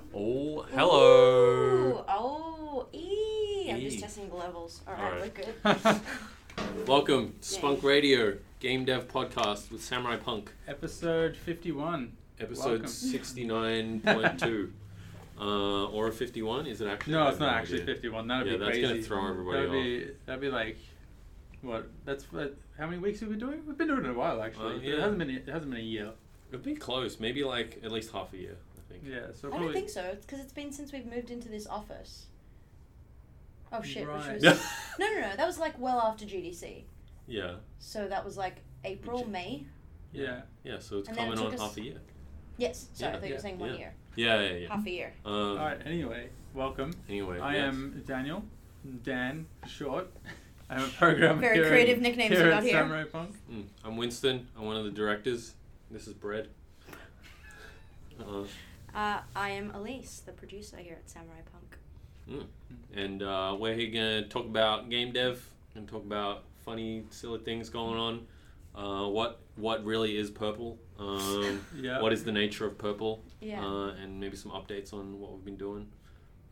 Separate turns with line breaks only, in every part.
Hello.
Ooh, oh, ee. I'm
Ee.
just testing the levels. All
All
right,
right.
we're good.
Welcome to Spunk Radio, Game Dev Podcast with Samurai Punk,
Episode 51.
episode
Welcome.
69.2. uh, or 51, is it actually? I
No,
have
it's not
no
actually
idea.
51. That'd
yeah,
be
that's
crazy.
going to throw everybody
that'd
off.
be that'd be like what? That's what, how many weeks have we been doing? We've been doing it a while actually.
Uh,
but
yeah.
It hasn't been it hasn't been a year.
It'd be close, maybe like at least half a year, I think.
Yeah, so
I
probably
don't think so. It's because it's been since we've moved into this office. Oh shit!
Right.
Which was, no, no, no. That was like well after GDC.
yeah.
So that was like April,
Which-
May.
Yeah.
Yeah, so it's
And then it
coming on
took us-
half a year.
Yes. Sorry,
Yeah,
I thought you
yeah,
were saying one
yeah.
year,
Yeah, yeah, yeah.
half a year.
Um,
All right. Anyway, welcome.
Anyway,
I
yes.
am Daniel, Dan for short. I'm a programmer.
Very
here
creative
at,
nicknames
here
we got
at
here.
Samurai Punk.
Mm, I'm Winston. I'm one of the directors. This is Bread. Uh,
Uh, I am Elise, the producer here at Samurai Punk.
Hmm. and uh, we're here going to talk about game dev and talk about funny, silly things going on. Uh, what what really is purple? Um,
Yeah.
What is the nature of purple?
Yeah.
Uh, and maybe some updates on what we've been doing.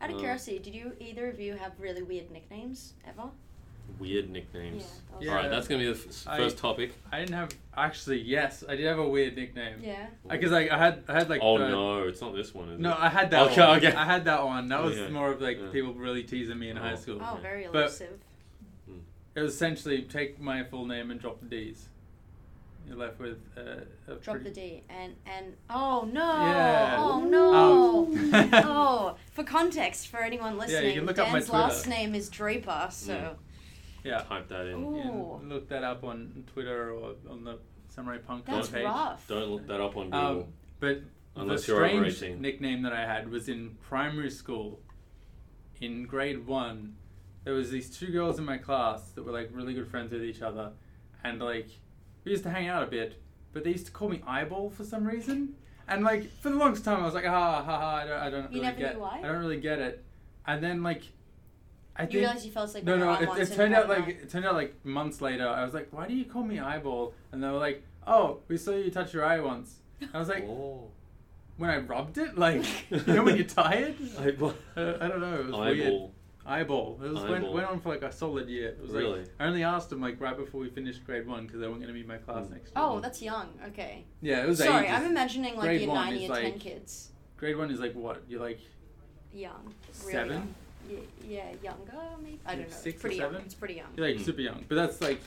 Out of
uh,
curiosity, did you either of you have really weird nicknames ever?
Weird nicknames.
Yeah, that
was-
All right,
Yeah.
that's going to be the f-
I-
first topic.
I didn't have actually. Yes, I did have a weird nickname.
Yeah.
Because I, I had I had like
oh
the-
no, it's not this one, is
No,
it?
I had that
Okay,
one.
okay. Oh,
I had that one. That was
Yeah.
more of like
Yeah.
people really teasing me in
Oh.
high school.
Oh,
Okay.
very
But-
elusive.
Hmm.
It was essentially take my full name and drop the D's. You're left with uh, a
Drop the
pretty-
D and and oh no!
Yeah.
Oh
Ooh.
no!
Um,
oh, for context, for anyone listening,
can look up my
Dan's
Twitter.
last name is Draper, so
Yeah.
Type that in.
Ooh.
And look that up on Twitter or on the Samurai Punk
that's
page.
rough.
Don't look that up on Google.
Um, but
Unless
the
you're over
strange
18.
nickname that I had was in primary school, in grade one. There was these two girls in my class that were like really good friends with each other, and like we used to hang out a bit. But they used to call me eyeball for some reason, and like for the longest time I was like, ah, ha, ha, I don't, I don't really
You never
get,
knew why?
I don't really get it. And then like, I
you
think
realize you fell asleep.
no,
on your
no.
arm
It,
once
it
and
turned
you
out
had
like
enough.
it turned out like months later. I was like, "Why do you call me eyeball?" And they were like, "Oh, we saw you touch your eye once." I was like,
oh.
"When I rubbed it, like you know when you're tired."
Eyeball.
I, I don't know. It was weird.
Eyeball.
Eyeball. It was went,
Eyeball.
went on for like a solid year. It was
Really?
like I only asked them like right before we finished grade one because they weren't going to be in my class
Mm.
next year.
Oh, that's young. Okay.
Yeah, it was
Sorry,
ages.
I'm imagining like
Grade
your
one
nine,
is
year
like
ten kids,
grade one is like what? You're like
young, real
seven.
young. Y- yeah, younger maybe. I
Like
don't know.
six
it's
or
pretty young.
seven?
It's pretty young.
You're like
Mm.
super young. But that's like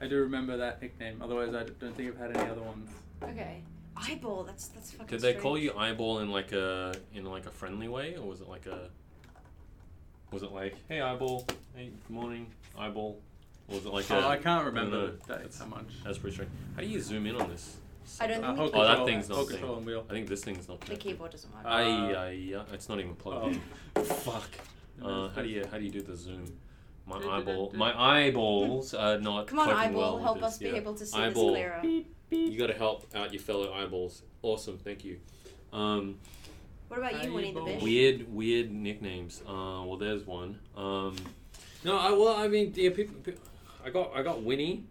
I do remember that nickname. Otherwise, I don't think I've had any other ones.
Okay. Eyeball. That's that's fucking.
Did they call
strange.
you eyeball in like a in like a friendly way, or was it like a was it like hey eyeball, hey good morning eyeball, or was it like
oh,
a
I can't
no,
remember
no,
that
that's-
so much.
that's pretty strange. How do you zoom in on this?
I don't
Uh,
think
whole
we
Oh, that
control-
thing's not
whole
thing.
control and wheel.
I think this thing's not.
the
connected.
keyboard doesn't work.
Uh,
Aye, aye, aye. it's not even plugged
Oh,
in. Fuck.
No,
Oh. Uh,
it's
how do
fine.
you how do you do the zoom? My
Do, do, do,
eyeball,
do.
my eyeballs are not.
Come on,
coping Uh,
eyeball,
well with
help
this,
us be
yeah.
able to see
Eyeball.
this clearer.
You got to help out your fellow eyeballs. Awesome, thank you. Um,
What about you, Winnie the
Eyeball.
Bish?
Weird, weird nicknames. Uh, well, there's one. Um, no, I well, I mean, yeah, people, I got, I got Winnie,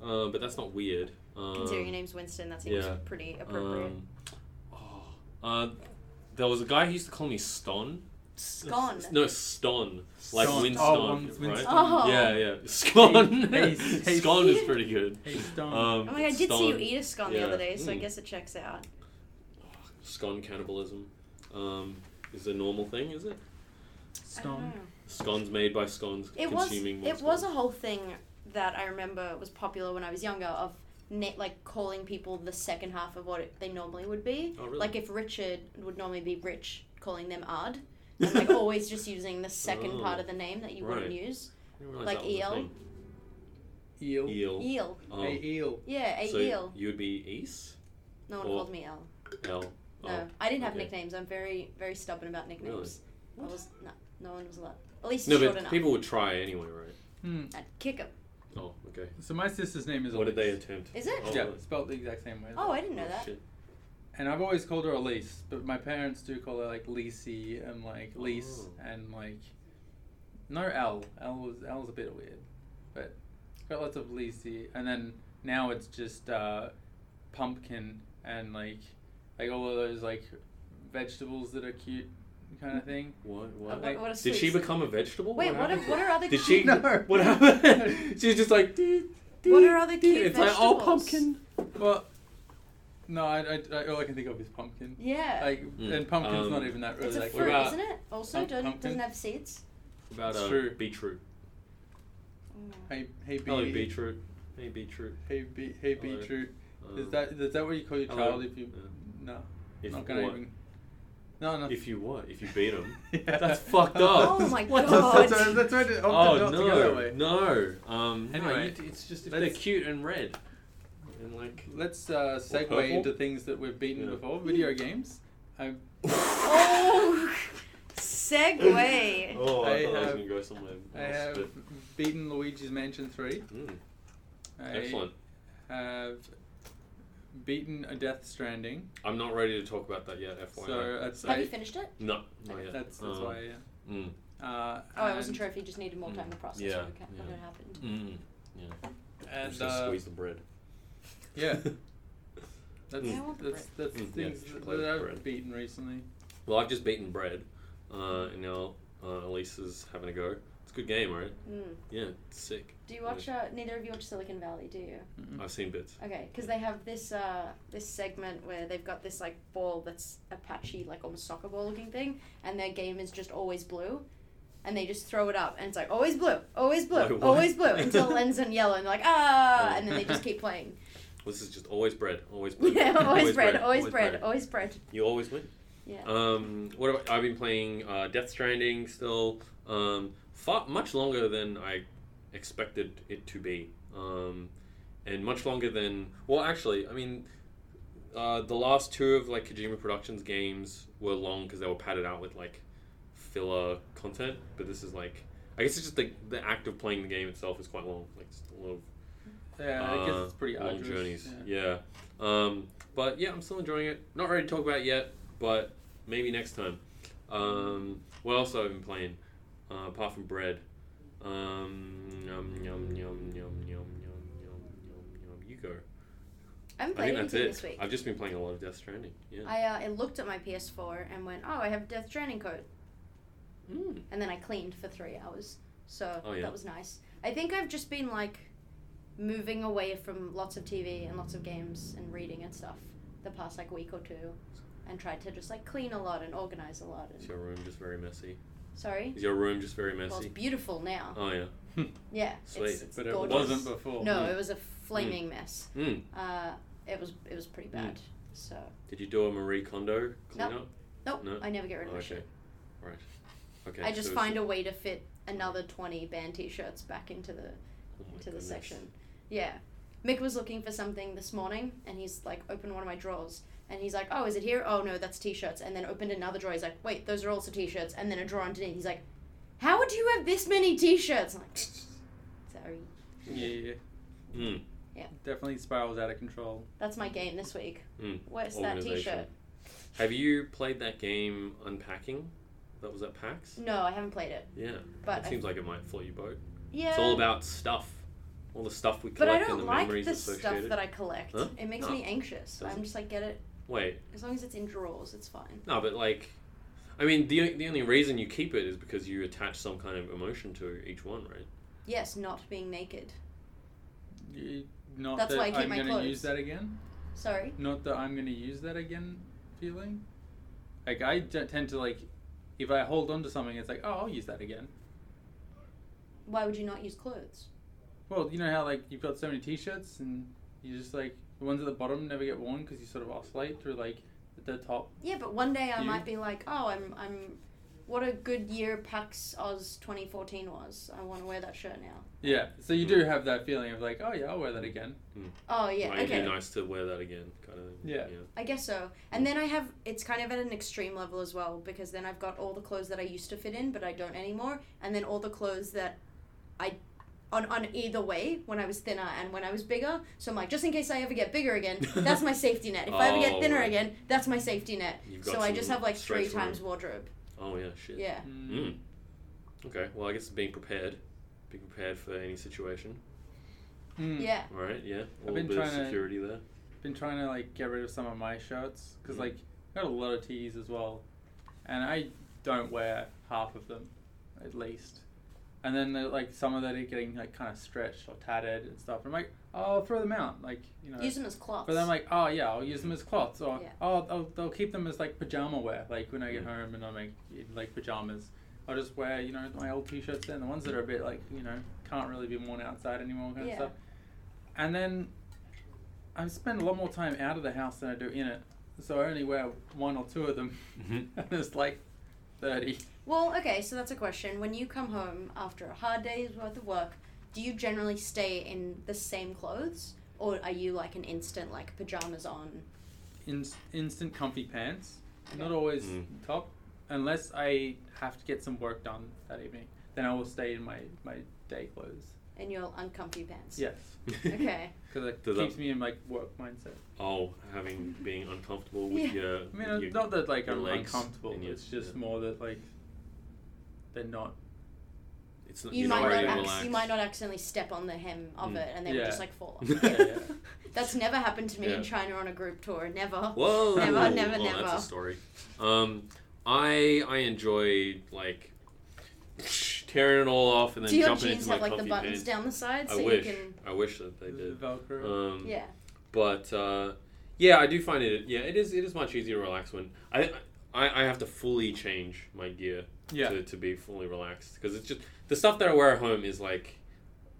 uh, but that's not weird. Um,
Considering your name's Winston, that seems
yeah.
pretty appropriate.
um, oh, uh, there was a guy who used to call me Ston.
Scon.
No, Ston. Like
Ston.
Winston,
Oh, one-
right?
Winston.
Oh.
Yeah, yeah. Scon.
Hey, hey,
Scon is
hey.
pretty good.
Hey, Stone.
Um,
oh my god, I did see you
Ston.
eat a scon the
Yeah.
other day, so I
Mm.
guess it checks out.
Scon cannibalism. Um, is a normal thing, is it?
I
Stone.
don't know.
Scones made by scones
It was
consuming more
it was a
scones.
whole thing that I remember was popular when I was younger of na- like calling people the second half of what it, they normally would be.
Oh, really?
Like if Richard would normally be Rich, calling them Ard. And like always just using the second
Oh.
part of the name that you wouldn't use. like eel.
eel.
Eel.
Eel.
Eel.
Um,
Hey, eel.
Yeah, a
so
eel.
You would be Ace?
No one
or-
called me L.
L. Oh.
No, I didn't have
okay.
nicknames. I'm very, very stubborn about nicknames. I
What?
was no, no one was allowed. At least
No,
short
but
enough.
people would try anyway, right?
Hmm.
I'd kick 'em.
Oh, okay.
So my sister's name is.
What did they
Elise.
attempt?
Is it?
Oh,
Yeah,
really?
spelled the exact same way.
Oh, I didn't know
Oh,
that.
shit.
And I've always called her Elise, but my parents do call her like Lisey and like Lise
Oh.
and like. No L. L was L's a bit weird, but got lots of Lisey, and then now it's just uh, pumpkin and like like all of those like vegetables that are cute. kind of thing.
What?
Uh,
What?
what, what a
Did
sweet
she
se-
become a vegetable?
Wait, what,
happened?
are, what are other
Did
cute,
she?
No.
What happened? She's just like. "Dee, dee,
What are other
dee."
cute
It's like oh,
vegetables?
pumpkin.
Well, no, I, I, I- all I can think of is pumpkin.
Yeah.
Like,
Mm.
and pumpkin's
Um,
not even that really
it's a
like.
what
fruit,
about
isn't it? Also,
pump-
don't,
pumpkin?
doesn't have seeds.
What About
It's
uh,
true.
beetroot. Oh.
Mm.
Hey, hey,
Hello,
bee-
beetroot. Hey, beetroot.
Hey, be, hey,
Hello.
beetroot. Is
Um,
that is that what you call your
hello.
child if you?
Oh, Yeah.
No,
Um, If
not gonna
what?
even. No, no.
If you what? If you beat them?
Yeah.
That's fucked up.
Oh my
What the
God.
That's,
fuck?
that's, that's why I did-
Oh
opted not to go that
no,
way.
no. Um, no,
Anyway,
you- it's just if
let's-
they're cute and red, and like.
Let's uh,
purple?
segue into things that we've beaten
Yeah.
before. Video games. I
Oh, segue.
Oh, I,
I
thought I was
have-
gonna go somewhere else.
I have
but-
beaten Luigi's Mansion Three.
Mm,
I
excellent.
have beaten a Death Stranding.
I'm not ready to talk about that yet. FYI.
So that's
Have
I-
you finished it?
no, not yet.
That's that's
Um,
why. Yeah.
Mm,
Uh,
Oh, I wasn't
and-
sure if you just needed more time to process
Hmm. Yeah,
what, ca- what
yeah.
had happened.
mm, yeah. I'm
And
just gonna
uh,
squeeze the bread.
yeah, that's
I want the
that's that's
Mm, yeah,
things that,
chocolate
that I've
bread.
beaten recently.
well, I've just beaten bread, uh, and now uh, Elise is having a go. It's a good game, right?
Mm.
Yeah, it's sick.
Do you watch? Uh, neither of you watch Silicon Valley, do you?
I've seen bits.
Okay, because they have this uh, this segment where they've got this like ball that's a patchy, like almost soccer ball looking thing, and their game is just always blue, and they just throw it up, and it's like always blue, always blue,
Wait, what?
always blue, until it ends in yellow, and they're like ah, and then they just keep playing.
This is just always bread, always bread,
yeah, always bread, always bread, always bread.
You always win.
Yeah.
Um, what have I, I've been playing uh, Death Stranding still, um, far, much longer than I expected it to be, um, and much longer than well, actually, I mean, uh, the last two of like Kojima Productions games were long because they were padded out with like filler content, but this is like. I guess it's just the, the act of playing the game itself is quite long, like just a lot of
Yeah, I guess
uh,
it's pretty
long
arduous.
journeys.
yeah.
Yeah. Um, but yeah, I'm still enjoying it. Not ready to talk about it yet, but maybe next time. Um, what else have I been playing uh, apart from bread? Um, yum yum yum yum yum yum yum yum yum. You go.
I haven't
I
played
think that's
anything
it.
this week.
I've just been playing a lot of Death Stranding. Yeah.
I uh, I looked at my PS4 and went, oh, I have Death Stranding code.
Hmm.
Mm.
and then I cleaned for three hours. So
Oh, yeah.
that was nice. I think I've just been like moving away from lots of TV and lots of games and reading and stuff the past like week or two, and tried to just like clean a lot and organize a lot.
Is
And
your room just very messy?
sorry,
Is your room just very
well it's
messy?
beautiful now.
Oh yeah.
Yeah,
Sweet.
it's, it's
But it
gorgeous.
Hmm. wasn't before.
No,
Mm.
it was a flaming mess.
Mm.
Uh, it was it was pretty bad. So
Did you do a Marie Kondo cleanup?
nope,
No.
I never get rid of my
Okay.
shit.
Right. Okay.
I just
so it's-
find a way to fit another twenty band t-shirts back into the
oh my
to the
goodness.
section. Yeah. Mick was looking for something this morning and he's like opened one of my drawers and he's like, Oh, is it here? Oh no, that's t shirts and then opened another drawer, he's like, Wait, those are also t shirts and then a drawer underneath. He's like, How would you have this many t shirts? I'm like Sorry.
Hmm. Yeah, yeah, yeah.
Mm.
definitely spirals out of control.
That's my game this week.
Mm.
Where's that t shirt?
Organisation. Have you played that game Unpacking? That was at PAX.
No, I haven't played it.
Yeah,
But
it
Mm. I-
seems like it might float your boat.
yeah.
It's all about stuff, all the stuff we
but I
collect and
don't
the
like
memories
the stuff
associated.
that I collect.
Huh?
It makes
No.
me anxious.
Doesn't-
I'm just like, get it
Wait,
as long as it's in drawers, it's fine.
no, but like, I mean, the the only reason you keep it is because you attach some kind of emotion to each one, right?
Yes, not being naked.
You, not
That's
that
why I keep
am
my
gonna
clothes.
use that again.
Sorry.
Not that I'm gonna use that again. Feeling like I d- tend to like if I hold on to something, it's like oh I'll use that again.
Why would you not use clothes?
Well, you know how like you've got so many T-shirts and you just like the ones at the bottom never get worn because you sort of oscillate through like the top.
Yeah, but one day I
You?
might be like, oh, I'm, I'm, what a good year PAX Oz 2014 was. I want to wear that shirt now.
Yeah, so you do have that feeling of like oh yeah I'll wear that again.
Oh yeah,
Might
okay.
be nice to wear that again, kind of. thing.
Yeah.
I guess so. And then I have it's kind of at an extreme level as well because then I've got all the clothes that I used to fit in but I don't anymore, and then all the clothes that I on on either way when I was thinner and when I was bigger. So I'm like, just in case I ever get bigger again, that's my safety net. If I ever
Oh,
get thinner
right.
again, that's my safety net.
You've got
So I
some
just have like three
stretch room.
times wardrobe.
Oh yeah, shit.
Yeah.
Mm.
Mm. Okay. Well, I guess being prepared, being prepared for any situation.
Mm.
Yeah.
All right. Yeah. A
been
little bit of
trying to-
security there.
been trying to like get rid of some of my shirts because
Mm.
like I got a lot of tees as well, and I don't wear half of them, at least. And then they're, like some of that are getting like kind of stretched or tattered and stuff. I'm like, oh, I'll throw them out, like you know.
Use them as cloths.
But I'm like, oh yeah, I'll use them as cloths, or
Yeah.
oh, I'll, I'll, they'll keep them as like pajama wear. Like when I get
Mm.
home and I'm like in like pajamas, I'll just wear you know my old t-shirts and the ones that are a bit like you know can't really be worn outside anymore kind
Yeah.
of stuff. And then I spend a lot more time out of the house than I do in it, so I only wear one or two of them,
Mhm.
and it's like thirty.
well, okay, so that's a question. When you come home after a hard day's worth of work, do you generally stay in the same clothes? Or are you like an instant, like pajamas on?
in- instant comfy pants. Not
Okay.
always
Mm.
top, unless I have to get some work done that evening. Then I will stay in my, my day clothes.
In your uncomfy pants?
Yes,
Okay.
because it
Does that-
keeps me in like work mindset.
Oh, having being uncomfortable with
Yeah.
your.
I mean,
with
uh,
your-
not that like
your
I'm
legs
uncomfortable.
and your-
It's just
yeah.
more that like they're not.
It's not,
You
you're not
might not
really
acc-
ac-
relaxed.
you might not accidentally step on the hem of
Mm.
it and they would
Yeah.
just like fall off.
Yeah.
That's never happened to me
Yeah.
in China on a group tour. Never.
Whoa!
Never, never,
oh,
never.
That's a story. Um, I I enjoy like tearing it all off and then
Do your
jumping
jeans
into my
have like the
comfy
buttons
pants.
down the side
I
so
wish.
you can?
I wish that they did.
Velcro.
Um,
Yeah.
But uh, yeah, I do find it. Yeah, it is. It is much easier to relax when I I, I have to fully change my gear
yeah.
to, to be fully relaxed because it's just the stuff that I wear at home is like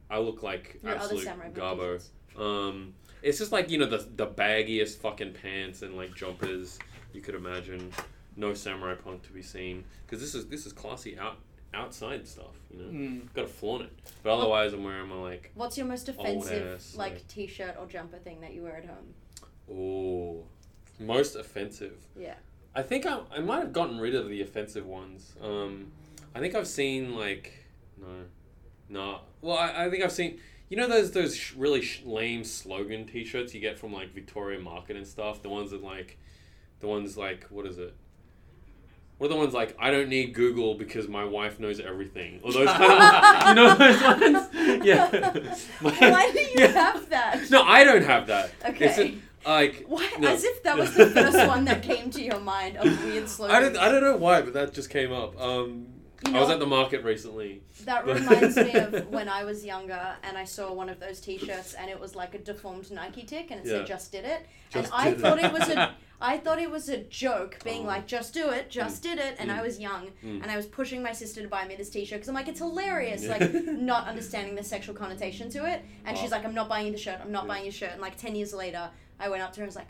I look like
Your other
absolute
samurai
gobbo.
boot
Um, it's just like you know the the baggiest fucking pants and like jumpers you could imagine. No samurai punk to be seen because this is this is classy out outside stuff. You know,
Mm.
got to flaunt it. But otherwise, I'm wearing my like
What's your most
Old
offensive
ass,
like
like-
t-shirt or jumper thing that you wear at home?
oh most offensive.
Yeah.
I think I, I might have gotten rid of the offensive ones. Um, I think I've seen like no, no. Well, I, I think I've seen you know those those sh- really sh- lame slogan T-shirts you get from like Victoria Market and stuff. The ones that like, the ones like what is it? What are the ones like I don't need Google because my wife knows everything or those kind of, you know those ones yeah.
Why do you
Yeah.
have that?
No, I don't have that. It's
Okay.
like
Why?
no.
As if that was the first one that came to your mind of weird slogans.
I don't, I don't know why, but that just came up. Um,
You
I was
know-
at the market recently.
That reminds me of when I was younger and I saw one of those T-shirts and it was like a deformed Nike tick and it
Yeah.
said "Just did it,"
Just
and I
did
thought it was a I thought it was a joke, being
Oh.
like "Just do it, just did it," and
Mm.
I was young
Mm.
and I was pushing my sister to buy me this T-shirt because I'm like it's hilarious,
Yeah.
like not understanding the sexual connotation to it, and
Wow.
she's like "I'm not buying you the shirt, I'm not
Yeah.
buying your shirt," and like ten years later, I went up to her and was like.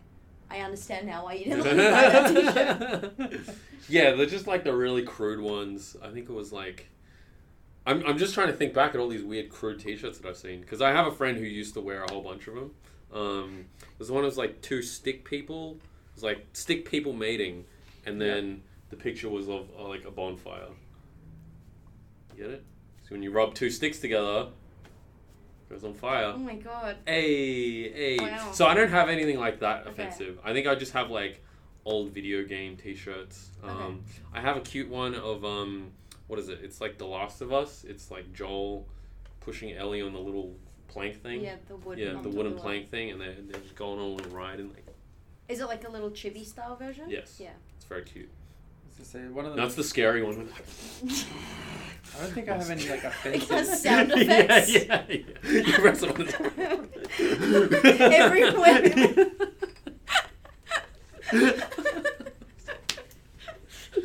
I understand now why you didn't let me buy that t-shirt.
yeah, they're just like the really crude ones. I think it was like. I'm, I'm just trying to think back at all these weird crude T-shirts that I've seen because I have a friend who used to wear a whole bunch of them. Um, there's one that was like two stick people. It was like stick people mating, and then the picture was of uh, like a bonfire. You get it? So when you rub two sticks together, it goes on fire.
Oh my god.
Hey, hey.
Wow.
So I don't have anything like that
Okay.
offensive. I think I just have like old video game T-shirts. Um,
Okay.
I have a cute one of um, what is it? It's like The Last of Us. It's like Joel pushing Ellie on the little plank thing.
Yeah, the wooden.
Yeah,
on
the
top
wooden
of
plank thing, and they're, they're just going on a little ride, and like
Is it like a little chibi style version?
Yes.
Yeah.
it's very cute.
I was gonna say, one of
That's
the,
the scary one.
I Oh, don't think I have any like
It has
offensive.
sound effects.
yeah, yeah, yeah. You press it on
Everywhere.
oh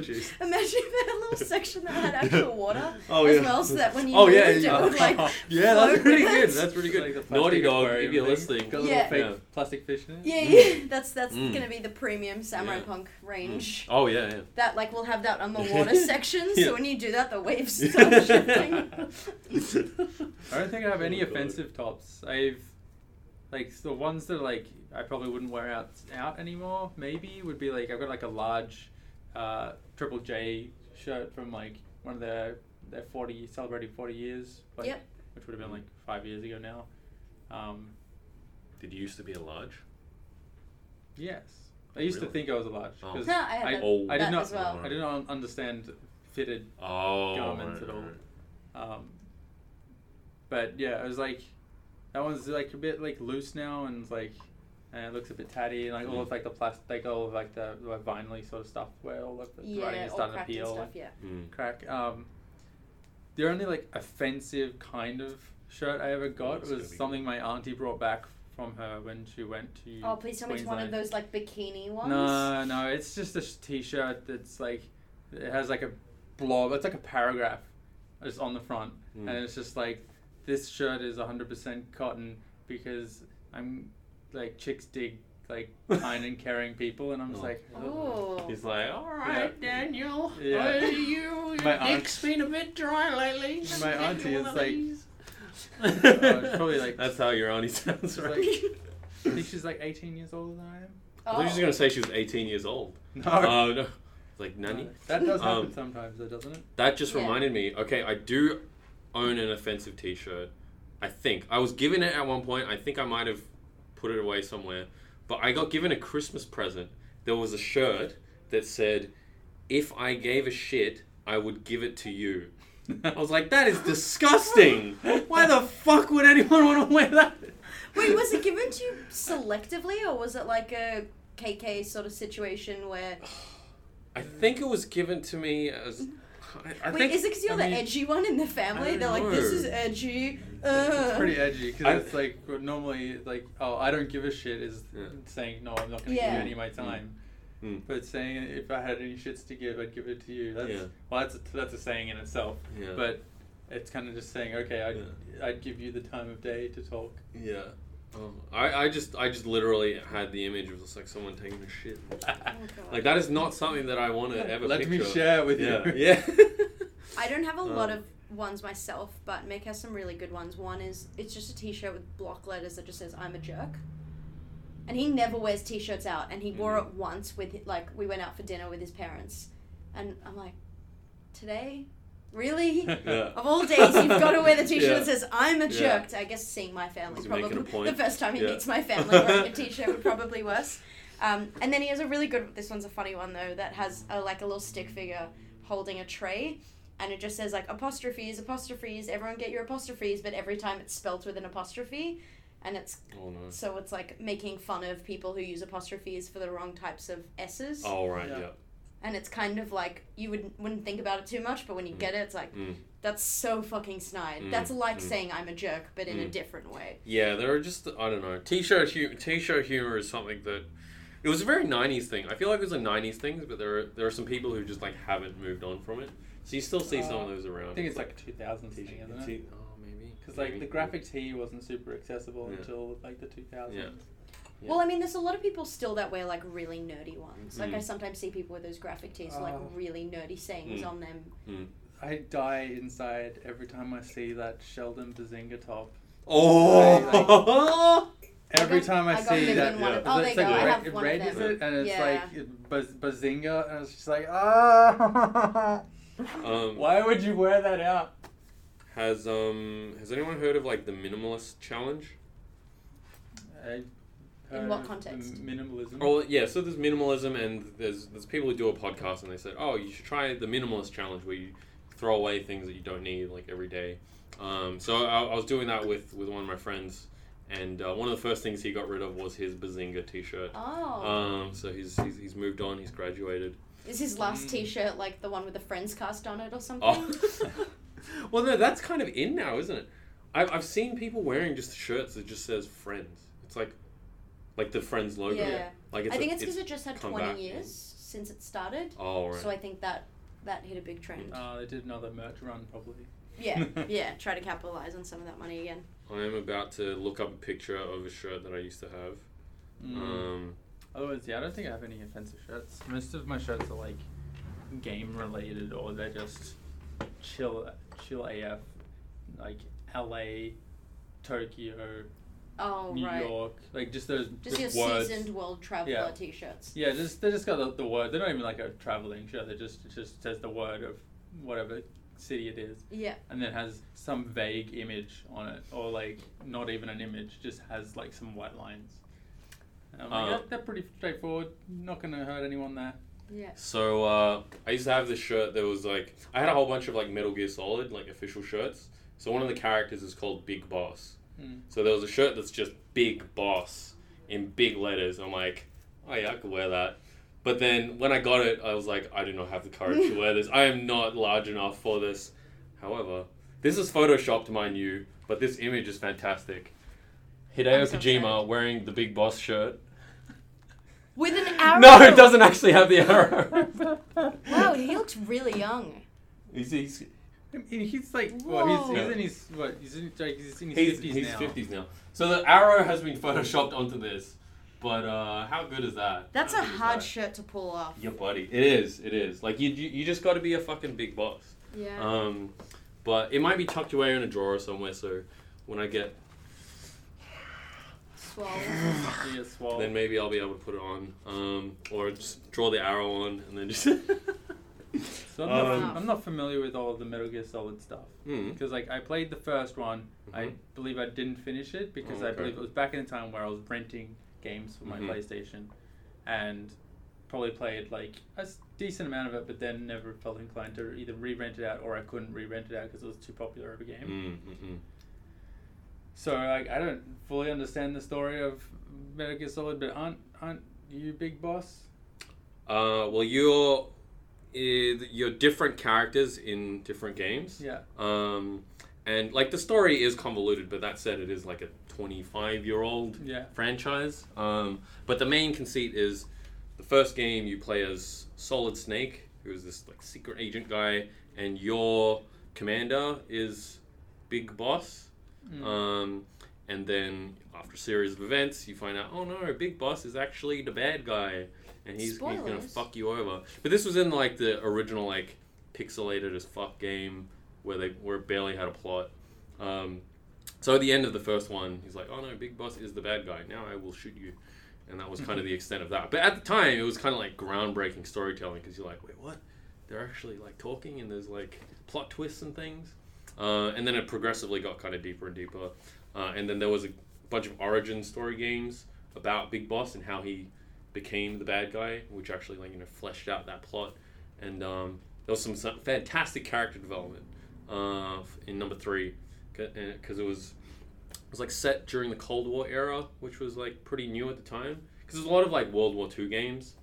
jeez.
Imagine if they had a little section that had actual water
Oh,
as
yeah.
well, so that when you
Oh,
moved
yeah,
it
yeah.
would like.
Yeah, that's
float
pretty
with
good.
it.
That's pretty
Like
good.
the plastic
Naughty Dog,
aquarium
if you're
thing.
listening.
Got a
Yeah.
little fake
Yeah.
plastic fish in it.
Yeah,
Mm.
yeah. That's that's
Mm.
gonna be the premium samurai
Yeah.
punk range.
Oh yeah, yeah.
That like we'll have that on the water section,
Yeah.
so when you do that, the waves start shifting.
I don't think I have any
Oh my God.
offensive tops. I've like the ones that like I probably wouldn't wear out out anymore. Maybe would be like I've got like a large uh, Triple J shirt from like one of their their forty celebrating forty years. Like,
Yep.
Which would have been like five years ago now. Um,
Did you used to be a large?
yes, I used to
Really?
think I was a large
Oh.
because
No, I had
I,
that-
Oh.
I
that
did not
as well.
I did not understand fitted
Oh.
Garments
right,
at all.
right.
Um, but yeah, it was like that one's like a bit like loose now and like and it looks a bit tatty, and like
Mm-hmm.
all of like the plastic, like all of like the like, vinyl sort of stuff where all of the writing
yeah,
is
all
starting to
cracked and
peel
stuff. Yeah.
Mm.
crack. Um, the only like offensive kind of shirt I ever got
it's gonna
was
be-
something my auntie brought back from her when she went to.
Oh, please tell me it's one of
Queensland.
those like bikini ones.
No, no, it's just a sh- t-shirt that's like, it has like a blob. It's like a paragraph, just on the front,
Mm.
and it's just like, this shirt is 100% cotton because I'm, like chicks dig like kind and caring people, and I'm just
Oh.
like, "Ugh."
Oh.
He's like, all right, Daniel.
Yeah.
uh, you,
My
your
aunt-
dick's been a bit dry lately. Just
My
get you
auntie
one
is
of
like- Oh,
these."
it's probably like-
That's how your auntie
It's
sounds, right?
I think she's like 18 years older than I am.
I
Oh.
was just gonna say she was 18 years old.
No,
Oh no, like nanny.
that does happen
Um,
sometimes, though, doesn't it?
That just
Oh. Yeah.
reminded me. Okay, I do own an offensive T-shirt. I think I was given it at one point. I think I might have put it away somewhere, but I got given a Christmas present. There was a shirt that said, "If I gave a shit, I would give it to you." I was like, "That is disgusting. Why the fuck would anyone want to wear that?"
Wait, was it given to you selectively, or was it like a KK sort of situation where?
I think it was given to me as. I, I
Wait,
think
is it because you're
I
the
mean-
edgy one in the family?
don't
They're like, this
know.
is edgy.
It's
Ugh.
pretty edgy
I-
because it's like what normally like oh I don't give a shit is
Yeah.
saying no I'm not gonna give
Yeah.
you any of my time,
Mm.
but saying if I had any shits to give I'd give it to you. That's
Yeah.
well that's a, that's a saying in itself,
Yeah.
but it's kind of just saying okay I'd, I'd give you the time of day to talk.
Yeah. Um, I, I just I just literally had the image of just like someone taking a shit.
Oh, God.
Like that is not something that I want to ever
Let
picture.
me share with
yeah.
you.
Yeah.
I don't have a lot
Um,
of ones myself, but Mick has some really good ones. One is it's just a T-shirt with block letters that just says "I'm a jerk," and he never wears T-shirts out. And he
Mm-hmm.
wore it once with like we went out for dinner with his parents, and I'm like, today, really?
yeah.
Of all days, you've got to wear the T-shirt that
Yeah.
says "I'm a
Yeah.
jerk." I guess seeing my family
He's making a
probably the
point.
first time he
Yeah.
meets my family wearing a T-shirt would probably worse. Um, and then he has a really good. This one's a funny one though that has a, like a little stick figure holding a tray, and it just says like apostrophes, apostrophes. Everyone get your apostrophes, but every time it's spelt with an apostrophe, and it's
Oh no.
so it's like making fun of people who use apostrophes for the wrong types of s's.
All right.
Yeah.
Yeah.
And it's kind of like you wouldn't wouldn't think about it too much, but when you
Mm.
get it, it's like
Mm.
that's so fucking snide.
Mm.
That's like
Mm.
saying I'm a jerk, but in a
Mm.
different way.
Yeah. There are just I don't know. T-shirt hu- T-shirt humor is something that it was a very '90s thing. I feel like it was a '90s thing, but there are there are some people who just like haven't moved on from it. So you still see some
Uh,
of those around.
I think it's like a 2000s thing,
T-shirt-
isn't it?
T- oh, maybe.
Because like the
Maybe.
graphic tee wasn't super accessible
Yeah.
until like the 2000s.
Yeah. Yeah.
Well, I mean, there's a lot of people still that wear like really nerdy ones. Like I
Mm.
sometimes see people with those graphic tees, with, like
Oh.
really nerdy sayings
Mm.
on them.
I die inside every time I see that Sheldon Bazinga top.
Oh.
Every
I got-
time I,
I got
see
given
that,
one
of-
is
oh,
it- it's like
there you go, I
red,
have one of
red is
them.
it? And it's
Yeah.
like it- buzz, bazinga, and it's just like ah.
Um,
Why would you wear that out?
Has um has anyone heard of like the minimalist challenge?
I heard
what
of
context?
m- Minimalism.
Oh yeah, so there's minimalism and there's there's people who do a podcast and they said, oh, you should try the minimalist challenge where you throw away things that you don't need like every day. Um, so I, I was doing that with with one of my friends, and uh, one of the first things he got rid of was his Bazinga T-shirt.
Oh,
Um, so he's, he's he's moved on. He's graduated.
is his last
Mm.
T-shirt like the one with the Friends cast on it or something?
Oh. well, no, that's kind of in now, isn't it? I've, I've seen people wearing just shirts that just says Friends. It's like, like the Friends logo.
yeah,
Like it's
I think
a,
it's because it just had
come
20
back, yeah.
years since it started,
Oh right.
so I think that that hit a big trend.
Uh, they did another merch run probably.
yeah, yeah, try to capitalize on some of that money again.
I am about to look up a picture of a shirt that I used to have.
Mm.
Um,
Otherwise, yeah, I don't think I have any offensive shirts. Most of my shirts are like game related or they're just chill, chill AF, like LA, Tokyo,
Oh
New
right,
York, like just those
just your
just words.
seasoned world traveler
Yeah.
T-shirts.
Yeah, just they just got the, the word. They're not even like a traveling shirt. They just it just says the word of whatever city it is,
Yeah,
and then has some vague image on it, or like not even an image, just has like some white lines. And I'm like,
Uh,
"Yeah, they're pretty straightforward. Not gonna hurt anyone there.
yeah.
so uh, I used to have this shirt that was like I had a whole bunch of like Metal Gear Solid like official shirts. So one of the characters is called Big Boss.
Mm.
So there was a shirt that's just Big Boss in big letters. I'm like, oh yeah, I could wear that. But then when I got it, I was like, I do not have the courage to wear this. I am not large enough for this. However, this is photoshopped, mind you, but this image is fantastic. Hideo
I'm so
Kojima
excited.
wearing the Big Boss shirt.
With an arrow.
No, it doesn't actually have the arrow.
Wow, he looks really young.
he's, he's,
I mean, he's like, what, he's, he's
Whoa.
in his, what, he's in, like, he's in his
he's,
50s
he's
now.
50s now. So the arrow has been photoshopped onto this. But uh, how good is that?
That's
How
a
good is
hard
that?
shirt to pull off.
Your buddy. It is. It is. Like you. You, you just got to be a fucking big boss.
Yeah.
Um, but it might be tucked away in a drawer somewhere. So when I get,
Swole.
Yeah, swole.
then maybe I'll be able to put it on, um, or just draw the arrow on and then just.
So I'm, not,
Um,
I'm not familiar with all of the Metal Gear Solid stuff.
Hmm.
Because, like, I played the first one. I
Mhm.
believe I didn't finish it because
Oh,
I
okay.
believe it was back in the time where I was renting games for my
Mhm.
PlayStation and probably played, like, a s- decent amount of it, but then never felt inclined to either re rent it out or I couldn't re rent it out because it was too popular of a game.
Mm, mm, mm.
So like I don't fully understand the story of Metal Gear Solid, but aren't aren't you big boss?
Uh, well, you're eh, you're different characters in different games.
Yeah.
Um, and like the story is convoluted, but that said, it is like a 25 year old
Yeah.
franchise. Um, but the main conceit is the first game you play as Solid Snake, who is this like secret agent guy, and your commander is Big Boss.
Mm.
Um, and then after a series of events, you find out, oh no, Big Boss is actually the bad guy, and he's, he's gonna
Spoilers.
fuck you over. But this was in like the original like pixelated as fuck game where they where it barely had a plot. Um, so at the end of the first one, he's like, oh no, Big Boss is the bad guy. Now I will shoot you. And that was kind of the extent of that. But at the time, it was kind of like groundbreaking storytelling because you're like, wait, what? They're actually like talking and there's like plot twists and things. Uh, and then it progressively got kind of deeper and deeper. Uh, and then there was a bunch of origin story games about Big Boss and how he became the bad guy, which actually like you know fleshed out that plot. And um, there was some, some fantastic character development uh, in number three because it was it was like set during the Cold War era, which was like pretty new at the time. Because there's a lot of like World War II games,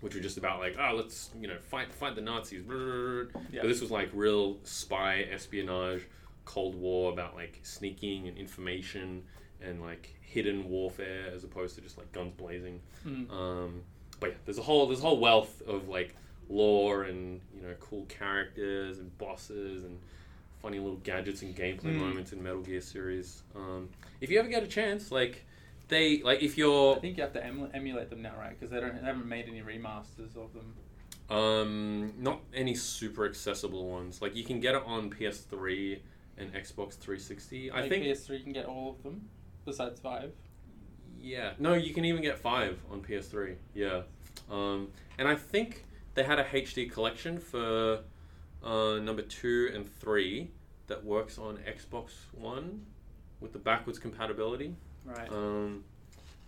which were just about like oh let's you know fight fight the Nazis. brr, brr, brr.
Yeah.
But this was like real spy espionage, Cold War about like sneaking and information and like hidden warfare as opposed to just like guns blazing.
Mm.
Um, but yeah, there's a whole there's a whole wealth of like lore and you know cool characters and bosses and funny little gadgets and gameplay
Mm.
moments in Metal Gear series. Um, if you ever get a chance, like they like if
I
you're
think you have to emul- emulate them now, right? Because they don't they haven't made any remasters of them.
um, not any super accessible ones, like you can get it on PS3 and Xbox 360. I
Like
think
PS3 can get all of them besides five.
Yeah. No, you can even get five on PS3. Yeah. Um, and I think they had a HD collection for uh, number two and three that works on Xbox One with the backwards compatibility.
Right.
Um,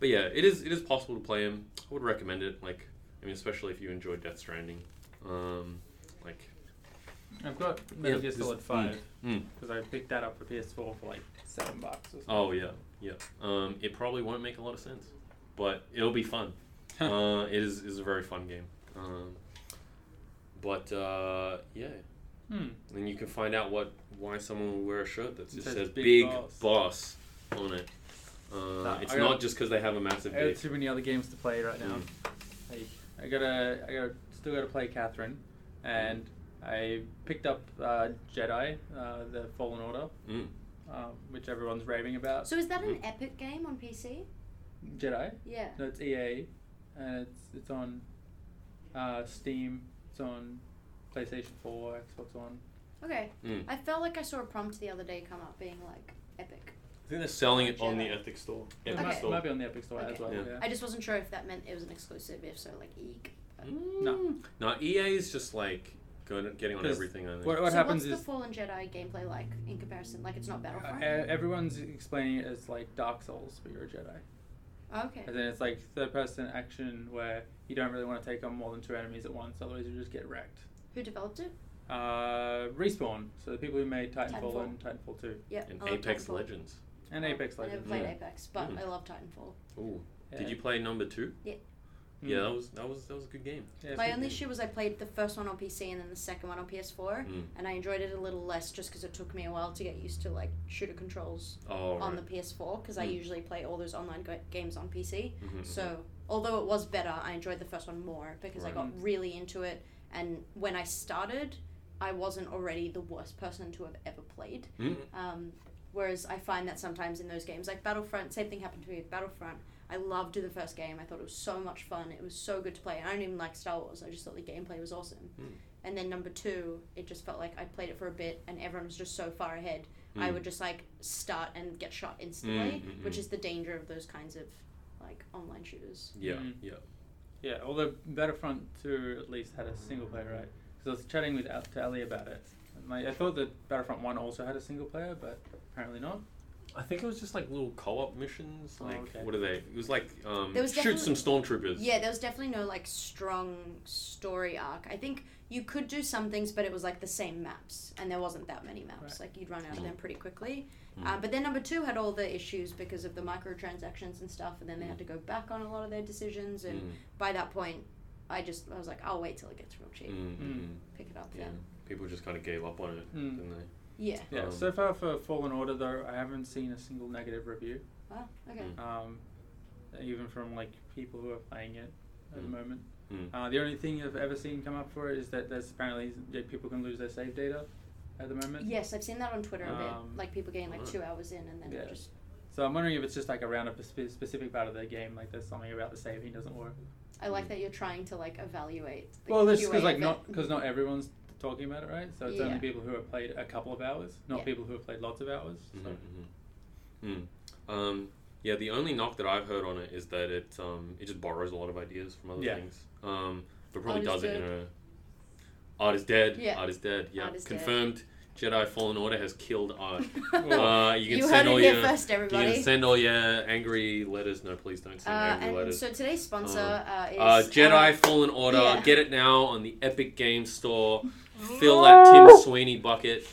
but yeah, it is it is possible to play them. I would recommend it. Like, I mean, especially if you enjoy Death Stranding. Um, like,
I've got Metal
yeah,
Gear
this-
Solid
mm,
Five
mm.
because I picked that up for PS4 for like seven bucks. Or something.
oh yeah, yeah. Um, it probably won't make a lot of sense, but it'll be fun. uh, it is is a very fun game. Um, but uh, yeah,
Hmm.
and you can find out what why someone will wear a shirt that just
says
says,
Big
"Big,
Boss."
boss. on it. Uh,
Nah,
it's
I got-
not just because they have a Mm. massive
I got
dick.
too many other games to play right now. Like, I gotta, I gotta, still gotta play Catherine, and
Mm.
I picked up uh, Jedi, uh, the Fallen Order,
Mm.
uh, which everyone's raving about.
So is that an epic game on PC?
Jedi,
Yeah.
no, it's EA, and it's it's on uh, Steam, it's on PlayStation Four, Xbox One.
Okay.
Mm.
I felt like I saw a prompt the other day come up being like epic.
I think they're selling it on the
Jedi.
Ethic store.
It
Epic
Okay.
might, it
store.
might be on the Epic Store as
Okay.
well. Yeah.
Yeah.
I just wasn't sure if that meant it was an exclusive. If so, like E eek.
Mm-hmm. No.
No, EA E is just like going, getting on
'Cause
everything. I think.
What, what
so
happens
what's
is
the Fallen Jedi gameplay like in comparison? Like it's not
uh,
Battlefront.
e- everyone's explaining it as like Dark Souls, but you're a Jedi.
okay.
And then it's like third person action where you don't really want to take on more than two enemies at once, otherwise you just get wrecked.
Who developed it?
Uh, Respawn, so the people who made Titanfall,
Titanfall.
and Titanfall 2,
Yeah.
and
I love
Apex
Titanfall.
Legends.
and Apex
I never
Legends.
played
Yeah.
Apex, but
Mm.
I love Titanfall.
Ooh, Did you play number two?
Mm.
Yeah, that was that was that was a good game.
Yeah,
My
it's
only
okay.
issue was I played the first one on PC and then the second one on PS4,
Mm.
and I enjoyed it a little less just because it took me a while to get used to like shooter controls
Oh,
on the
right.
PS4 because I
Mm.
usually play all those online go- games on PC.
Mhm.
So although it was better, I enjoyed the first one more because I
Right.
got really into it, and when I started, I wasn't already the worst person to have ever played.
Mhm.
Um, whereas I find that sometimes in those games, like Battlefront, same thing happened to me with Battlefront. I loved the first game. I thought it was so much fun. It was so good to play. I don't even like Star Wars. I just thought the gameplay was awesome.
Hmm.
And then number two, it just felt like I played it for a bit, and everyone was just so far ahead. I
Mm.
would just like start and get shot
Mm,
instantly,
mm,
which
mm.
is the danger of those kinds of like online shooters.
Yeah,
Mm.
yeah.
Yeah, although Battlefront 2 at least had a single player, right? Because I was chatting with Al- to Ali about it. And, Like, I thought that Battlefront 1 also had a single player, but apparently not.
I think it was just like little co-op missions.
Oh,
Like
okay.
what are they? It was like um,
There was
shoot some stormtroopers.
Yeah, there was definitely no like strong story arc. I think you could do some things, but it was like the same maps, and there wasn't that many maps. Like you'd run out of
Mm.
them pretty quickly.
Mm.
Uh, but then number two had all the issues because of the microtransactions and stuff, and then they had to go back on a lot of their decisions. And
Mm,
by that point, I just I was like, I'll wait till it gets real cheap,
mm,
Hmm.
mm.
pick it up
Yeah.
then.
People just kind of gave up on it,
Mm.
didn't they?
Yeah.
Yeah,
Um,
so far for Fallen Order, though, I haven't seen a single negative review,
Wow. Okay.
Mm.
um, even from, like, people who are playing it at the
Mm.
moment.
Mm.
Uh, the only thing I've ever seen come up for it is that there's apparently that people can lose their save data at the
Mm.
moment.
Yes, I've seen that on Twitter a
Um,
bit. Like people getting like
alright.
two hours in and then
Yeah.
it just
So I'm wondering if it's just, like, around a spe- specific part of their game, like, there's something about the saving doesn't work.
I
Mm.
like that you're trying to like evaluate. The
well, this
QA
because like
of
not
it.
because not everyone's talking about it, right? So it's only
Yeah.
people who have played a couple of hours, not
Yeah.
people who have played lots of hours. So
Mhm, mhm. Mm. Um, yeah, the only knock that I've heard on it is that it um, it just borrows a lot of ideas from other
Yeah.
things, um, but probably
Art is
does it in a art is dead,
Yeah.
art is dead, yeah,
Art is dead.
confirmed. Jedi Fallen Order has killed art.
Well,
uh, you can
heard
send
it
all
here
your
first,
you
everybody.
can send all your angry letters. No, please don't
Uh,
send angry
and
letters.
so today's sponsor uh, is
Uh, Jedi
uh,
Fallen Order.
yeah.
Get it now on the Epic Game Store.
uh,
Fill that Tim Sweeney bucket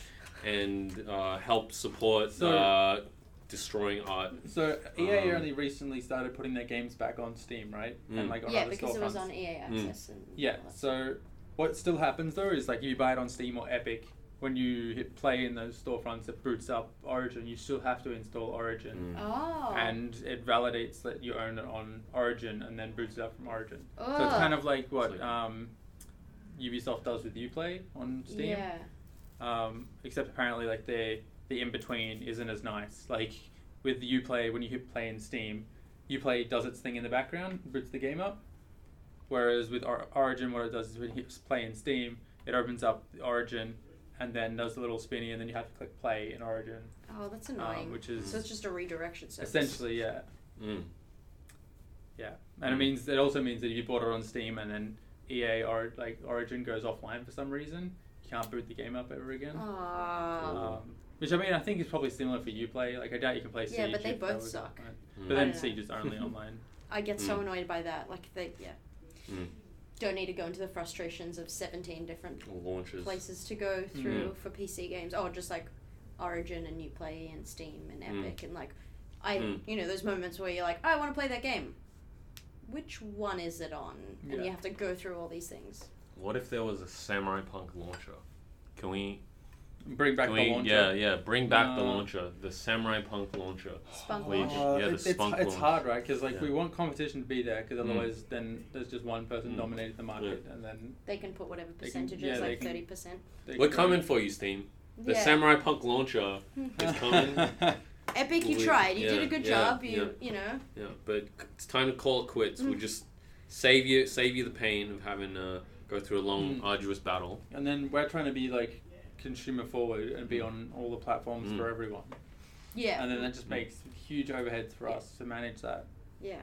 and uh, help support
So-
uh, destroying art.
so EA
Um,
only recently started putting their games back on Steam, right? And
Mm.
like on
yeah,
other
because it was
storefronts.
on EA Access. And
yeah.
all that.
So what still happens though is like if you buy it on Steam or Epic, when you hit play in those storefronts, it boots up Origin. You still have to install Origin.
Mm.
Oh.
And it validates that you own it on Origin, and then boots it up from Origin. So
Ugh.
it's kind of like what
It's like-
um, Ubisoft does with UPlay on Steam,
Yeah.
um, except apparently like the the in between isn't as nice. Like with UPlay, when you hit play in Steam, UPlay does its thing in the background, boots the game up. Whereas with Or- Origin, what it does is when you hit play in Steam, it opens up the Origin, and then does the little spinny, and then you have to click play in Origin,
Oh, that's
um,
annoying.
which is
so it's just a redirection service.
essentially yeah.
Mm.
Yeah, and it
Mm.
means it also means that if you bought it on Steam and then EA or like Origin goes offline for some reason, you can't boot the game up ever again.
Ah.
Um, which I mean, I think is probably similar for UPlay. Like I doubt you can play Siege.
Yeah, but they
if that
both
was
suck.
offline.
Mm.
But
I
then
don't know.
Siege is only online.
I get so
Mm.
annoyed by that. Like they, yeah.
Mm.
Don't need to go into the frustrations of seventeen different
Launches.
places to go through
Mm.
for PC games, or just like Origin and you play and Steam and
Mm.
Epic and like I,
Mm.
you know, those moments where you're like, "Oh, I want to play that game. Which one is it on? And
Yeah.
you have to go through all these things.
What if there was a Samurai Punk launcher? Can we?
Bring back
can
the
we-
launcher.
Yeah, yeah. Bring back the
No.
launcher, the Samurai Punk launcher.
Spunk
Where you
launch.
just- yeah, the
it's, it's,
spunk
it's
launch.
hard, right? Because like
Yeah.
we want competition to be there, because
Mm.
otherwise then there's just one person
Mm.
dominating the market, and then
They can put whatever
They can-
percentages,
yeah, they
like
can-
thirty percent.
they
We're
can-
coming for you, Steam. The Samurai Punk launcher is coming.
Hmm. Epic, you
We-
tried. You did a
yeah,
good
yeah,
job. You, you know.
Yeah, but c- it's time to call it quits.
Mm.
We'll just save you, save you the pain of having to go through a long,
Mm.
arduous battle.
And then we're trying to be like consumer forward and
Hmm.
be on all the platforms
Mm.
for everyone.
Yeah.
And then that just
Mm.
makes huge overheads for
Yeah.
us to manage that.
yeah.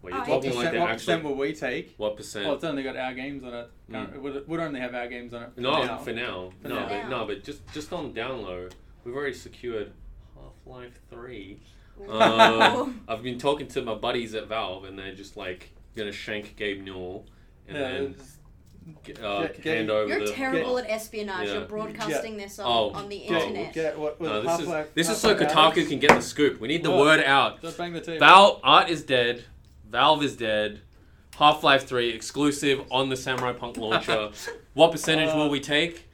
Where you're
I-
What
talking
percent,
like that
what
actually.
percent will we take?
What percent?
Well, Oh, it's only got our games on it.
Mm.
It would- it would only have our games on it. for
no,
now.
for now,
For
no,
now.
But, no, but just just on download, we've already secured Half Life Three. Uh, I've been talking to my buddies at Valve, and they're just like gonna shank Gabe Newell, and
Yeah,
then
it's-
g- uh,
Get- get-
hand over
You're
the.
terrible at espionage.
Yeah.
You're broadcasting this on,
Oh.
on the
Yeah.
internet.
Get what?
No,
was
this is
Half-Life-
this is so
Half-Life
Kotaku
Alex?
can get the scoop. We need the
Well,
word out.
Just bang the table.
Val Art is dead. Valve is dead. Half Life Three exclusive on the Samurai Punk launcher. what percentage will we take?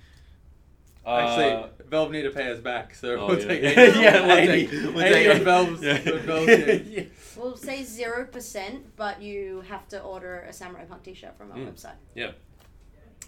Uh,
Actually, Valve need to pay us back, so
Oh,
we'll
yeah.
take
Yeah,
we'll
eighty.
take- we'll
Eighty
take-
on Valve's,
Yeah.
on Valve's share.
Yeah.
We'll say zero percent, but you have to order a Samurai Punk T-shirt from our
Mm.
website.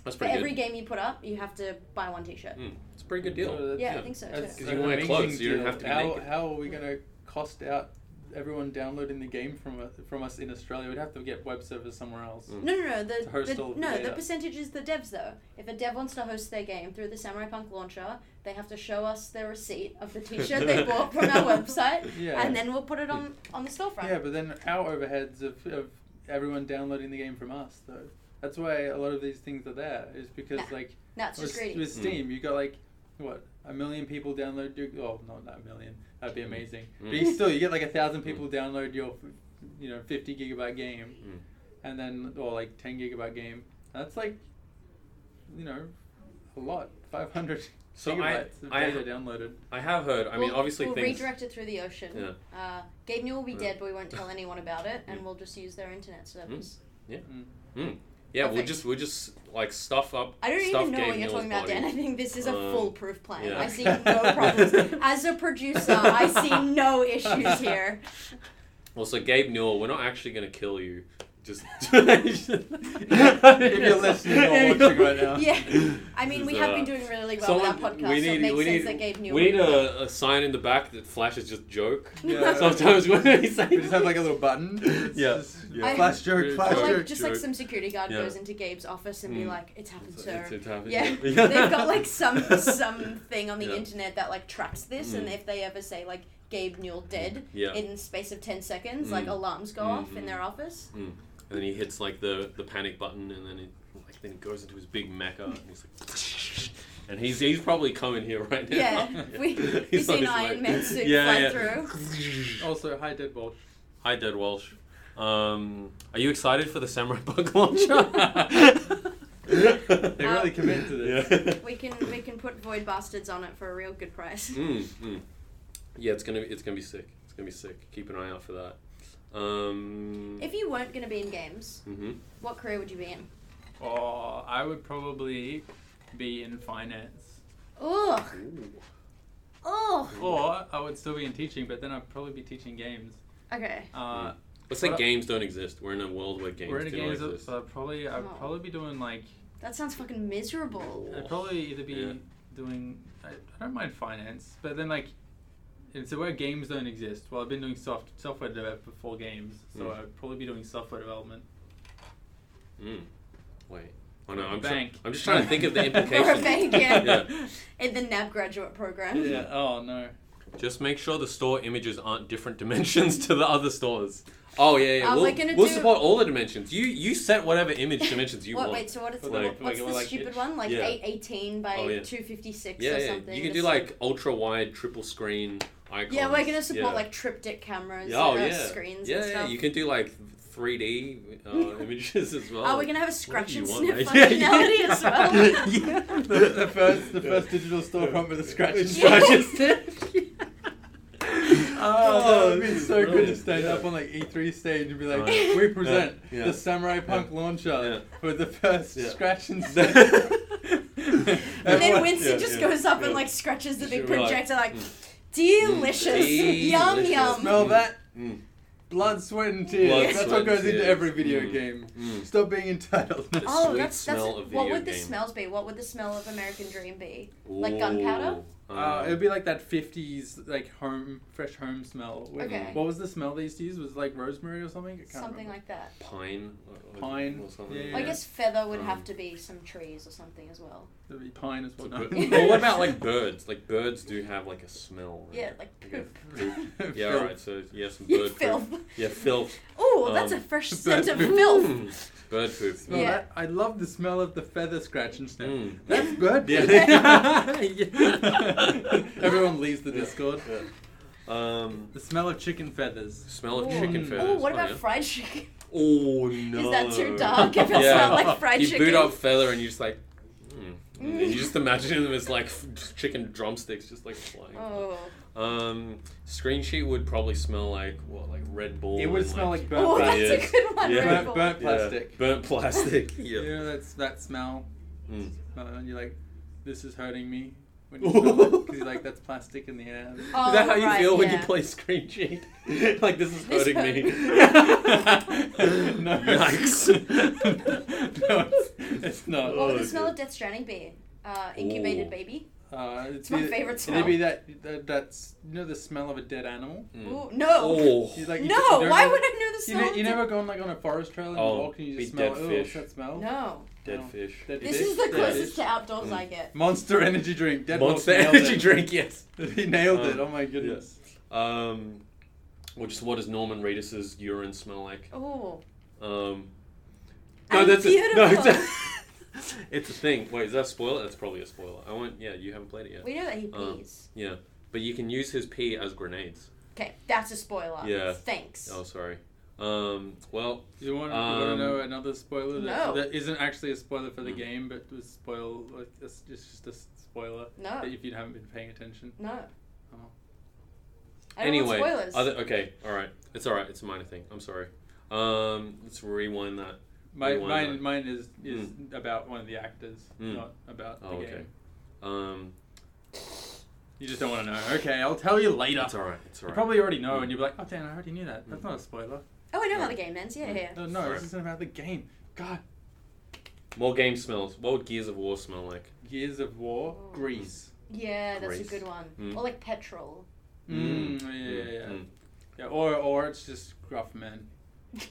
That's
For
pretty
every
good. Hmm.
game you put up, you have to buy one T-shirt.
It's a pretty good deal.
That's-
Yeah,
yeah.
I think so
that's
too.
you
an
wear
amazing
clothes, you don't
deal.
have to be
how,
naked.
How are we going to cost out everyone downloading the game from uh, from us in Australia? We'd have to get web servers somewhere else.
Mm.
No, no, no.
To
The,
host
the
all the
no, the
data.
percentage is the devs though. If a dev wants to host their game through the Samurai Punk launcher, they have to show us their receipt of the T-shirt they bought from our website,
Yeah.
and then we'll put it on on the storefront.
Yeah, but then our overheads of, of everyone downloading the game from us, though. That's why a lot of these things are there, is because,
Nah.
like,
No, it's
with,
just greedy.
Hmm.
with Steam, you got, like, what, a million people download your. Oh, not that million. That'd
Hmm.
be amazing. But you
Mm.
still, you get, like, a thousand people download your, you know, 50 gigabyte game,
Mm.
and then, or, like, 10 gigabyte game. That's, like, you know, a lot. 500
So I-
gigabytes of
I-
data downloaded.
I have heard. I mean,
we'll,
obviously
we'll
things.
redirect it through the ocean.
Yeah.
Uh, Gabe Newell will be
Yeah. Hmm.
dead, but we won't tell anyone about it, and
Mm.
we'll just use their internet service.
Yeah, we'll
Perfect.
just we'll just like stuff up.
I don't
stuff
even know
Gabe
what you're
Newell's
talking about,
body.
Dan. I think this is a
Um,
foolproof plan.
yeah.
I see no problems. As a producer, I see no issues here.
Also, Gabe Newell, we're not actually gonna kill you. Just
If you're listening or watching right now.
Yeah, I mean,
This
we
is,
have
uh,
been doing really well
someone-
with our podcast,
we
so
need-
it makes
we
sense
need-
that Gabe Newell.
We need a, a sign in the back that flashes just joke.
Yeah.
Sometimes when we say
We just have, like, a little button. It's
Yeah.
just-
Yeah.
Flash joke,
I-
Or
flash
Sure,
like,
joke.
just
sure.
like some security guard
Yeah.
goes into Gabe's office and be
Mm.
like, "It's happened,
It's-
sir."
it's- it's happened,
yeah,
yeah.
they've got like some something on the
Yeah.
internet that like tracks this, and
Mm.
if they ever say like Gabe Newell dead
Yeah.
in the space of ten seconds, like
Mm.
alarms go off in
Mhm.
their office.
And then he hits like the, the panic button, and then it like then he goes into his big mecha, and he's like, and he's he's probably coming here right now.
Yeah, we you
He's on
see an
his
Iron
way.
Man suit
Yeah,
fly
yeah.
through.
Also, hi, Dead Walsh.
Hi, Dead Walsh. Um, are you excited for the Samurai Bug launcher?
They
Um,
really commit to this.
We can we can put Void Bastards on it for a real good price.
Mm, mm. Yeah, it's gonna be it's gonna be sick. It's gonna be sick. Keep an eye out for that. Um,
If you weren't gonna be in games,
mhm.
what career would you be in?
Oh, I would probably be in finance.
Ugh, ugh.
Or I would still be in teaching, but then I'd probably be teaching games.
Okay.
Uh,
Let's say
What-
games don't exist. We're in a world where games
we're in a
do
games,
not
that-
exist.
so I'd probably I'd
Oh.
probably be doing like
That sounds fucking miserable.
I'd probably either be
Yeah.
doing I, I don't mind finance, but then like and so where games don't exist. Well, I've been doing soft software development before games, so
Mm.
I'd probably be doing software development.
Mm. Wait. Oh no, I'm, tr-
Bank.
I'm just trying to think of the
Or a
implications.
bank, yeah.
Yeah.
In the NAB graduate program.
yeah. Oh no.
Just make sure the store images aren't different dimensions to the other stores. Oh yeah, yeah.
Uh,
we'll
we're gonna
we'll
do-
support all the dimensions. You you set whatever image dimensions you
what,
want.
Wait, so what is
Like-
the,
like-
what's the
like-
stupid one? Like
Yeah.
eight eighteen by
Oh, yeah.
256
yeah,
or
yeah.
something?
You can do
It's
like ultra wide triple screen icons.
Yeah, we're going to support
Yeah.
like triptych cameras
Yeah, oh
and uh,
yeah.
screens
yeah,
and
yeah.
stuff.
You can do like 3D uh, images as well.
Are we going to Oh, have a scratch
oh, you
and
want,
sniff
mate?
functionality as well?
Yeah.
The, the first the first digital storefront with a scratch and
Scratch
sniff.
and
Oh,
Oh,
that would be
this is
so good to
brilliant.
stand
Yeah.
up on like E3 stage and be like,
Oh,
"We present
Yeah.
the Samurai Punk launcher for the first
Yeah.
scratch and sniff."
and
Yeah,
then Winston
yeah,
just
yeah,
goes up and
yeah.
like scratches the
You
big
should be like,
projector, like,
mm.
delicious.
Mm,
Yum,
delicious.
yum.
Smell that
Mm.
blood, sweat, and tears.
Blood,
That's
sweat,
what goes
and
into
tears.
every video
Mm.
game.
Mm.
Stop being entitled. Uh,
The
Oh,
sweet
that's, that's
smell of
what
video
would the
game.
smells be? What would the smell of American Dream be? Like gunpowder?
Ooh,
Uh, it would be like that 50s, like home, fresh home smell. Wait,
Okay.
What was the smell they used to use? Was it like rosemary or something? I can't
Something like that.
pine. or- or-
Pine,
Or something.
yeah, yeah,
I
yeah.
guess feather would
Um,
have to be some trees or something as well.
like be pine as well.
Well,
No.
what about like birds? Like birds do have like a smell. Right?
Yeah, like
Okay.
poop.
Yeah,
Filth.
alright. So yeah, some
You
bird
filth.
poop. Yeah, filth.
Oh, that's
Um,
a fresh
bird
scent of
poop.
filth.
Mm. Bird poop.
Smell
Yeah.
that? I love the smell of the feather scratch and sniff.
Mm.
That's good.
Yeah.
Everyone leaves the
Yeah.
Discord.
Um,
The smell of chicken feathers.
smell of
Ooh.
chicken
Ooh,
feathers.
Oh, what about
yeah.
fried chicken?
Oh no!
Is that too dark? If it's
Yeah.
not like fried
you
chicken.
boot up feather and you just like, mm. and then you just imagine them as like f- just chicken drumsticks just like flying.
Oh.
Um, screen sheet would probably smell like what, like Red Bull.
It would
and,
smell like burnt
Oh, that's
plastic.
Yes.
a good one.
Yeah.
Red
Burnt-
Bull.
burnt
Yeah,
plastic.
burnt plastic.
You
yeah.
know that's that smell.
Mm.
smell and you're like, this is hurting me. When you because you're like that's plastic in the air.
Oh,
is that how you
right,
feel when you
yeah.
play screen sheet? like this is
This
hurting me.
hurt-
no.
Yikes.
no, it's, it's not.
What would
Oh,
the smell
good.
of Death Stranding be? Uh, incubated
Ooh.
baby.
Uh, it's
my
either-
favourite smell.
It'd be that, that that's you know the smell of a dead animal.
Mm.
Ooh, no.
Oh.
You like, you just- you
no.
don't
Why
know-
would I know the
you,
smell?
know,
of
you
death-
never gone like on a forest trail and
Oh,
you walk and you just
be dead
smell oh what's
fish.
that smell?
No.
Dead
No.
fish.
Dead
This
fish,
is the
dead
closest
fish.
to outdoors I
Mm.
get.
Monster energy drink. Dead
Monster
Wolf nailed
energy
it.
drink. Yes.
he nailed
Um,
it. Oh my goodness.
Um, well, just what does Norman Reedus's urine smell like?
Oh.
Um, it.
And
No, it's
beautiful.
a, it's a thing. Wait, is that a spoiler? That's probably a spoiler. I want. Yeah, you haven't played it yet.
We know that he
Um,
pees.
Yeah, but you can use his pee as grenades.
Okay, that's a spoiler.
Yeah.
Thanks.
Oh, sorry. Um, well,
Do you want, you want to
um,
know another spoiler that,
No.
that isn't actually a spoiler for the
Mm.
game, but was spoil like it's it's just a s- spoiler
No.
that if you haven't been paying attention.
No.
Oh.
I don't
anyway,
want spoilers.
other, okay, all right. It's all right. It's a minor thing. I'm sorry. Um, let's rewind that.
My,
Rewind
mine
that.
mine is is about one of the actors,
Mm.
not about
Hmm. Oh,
the
okay.
game.
Um,
You just don't want to know. Okay, I'll tell you later.
it's all right. Hmm. It's
You
all right.
probably already know,
Mm.
and you'll be like, "Oh, Dan, I already knew that. That's not a spoiler."
oh, I know how the game ends. Yeah,
Mm.
yeah.
No, no,
Alright.
this isn't about the game. God,
More game smells. What would Gears of War smell like?
Gears of War,
Oh.
Greece.
Yeah, that's
Grease.
a good one.
Mm.
Or like petrol.
Mm.
Mm. Yeah, yeah, yeah.
Mm.
yeah. Or or it's just gruff men.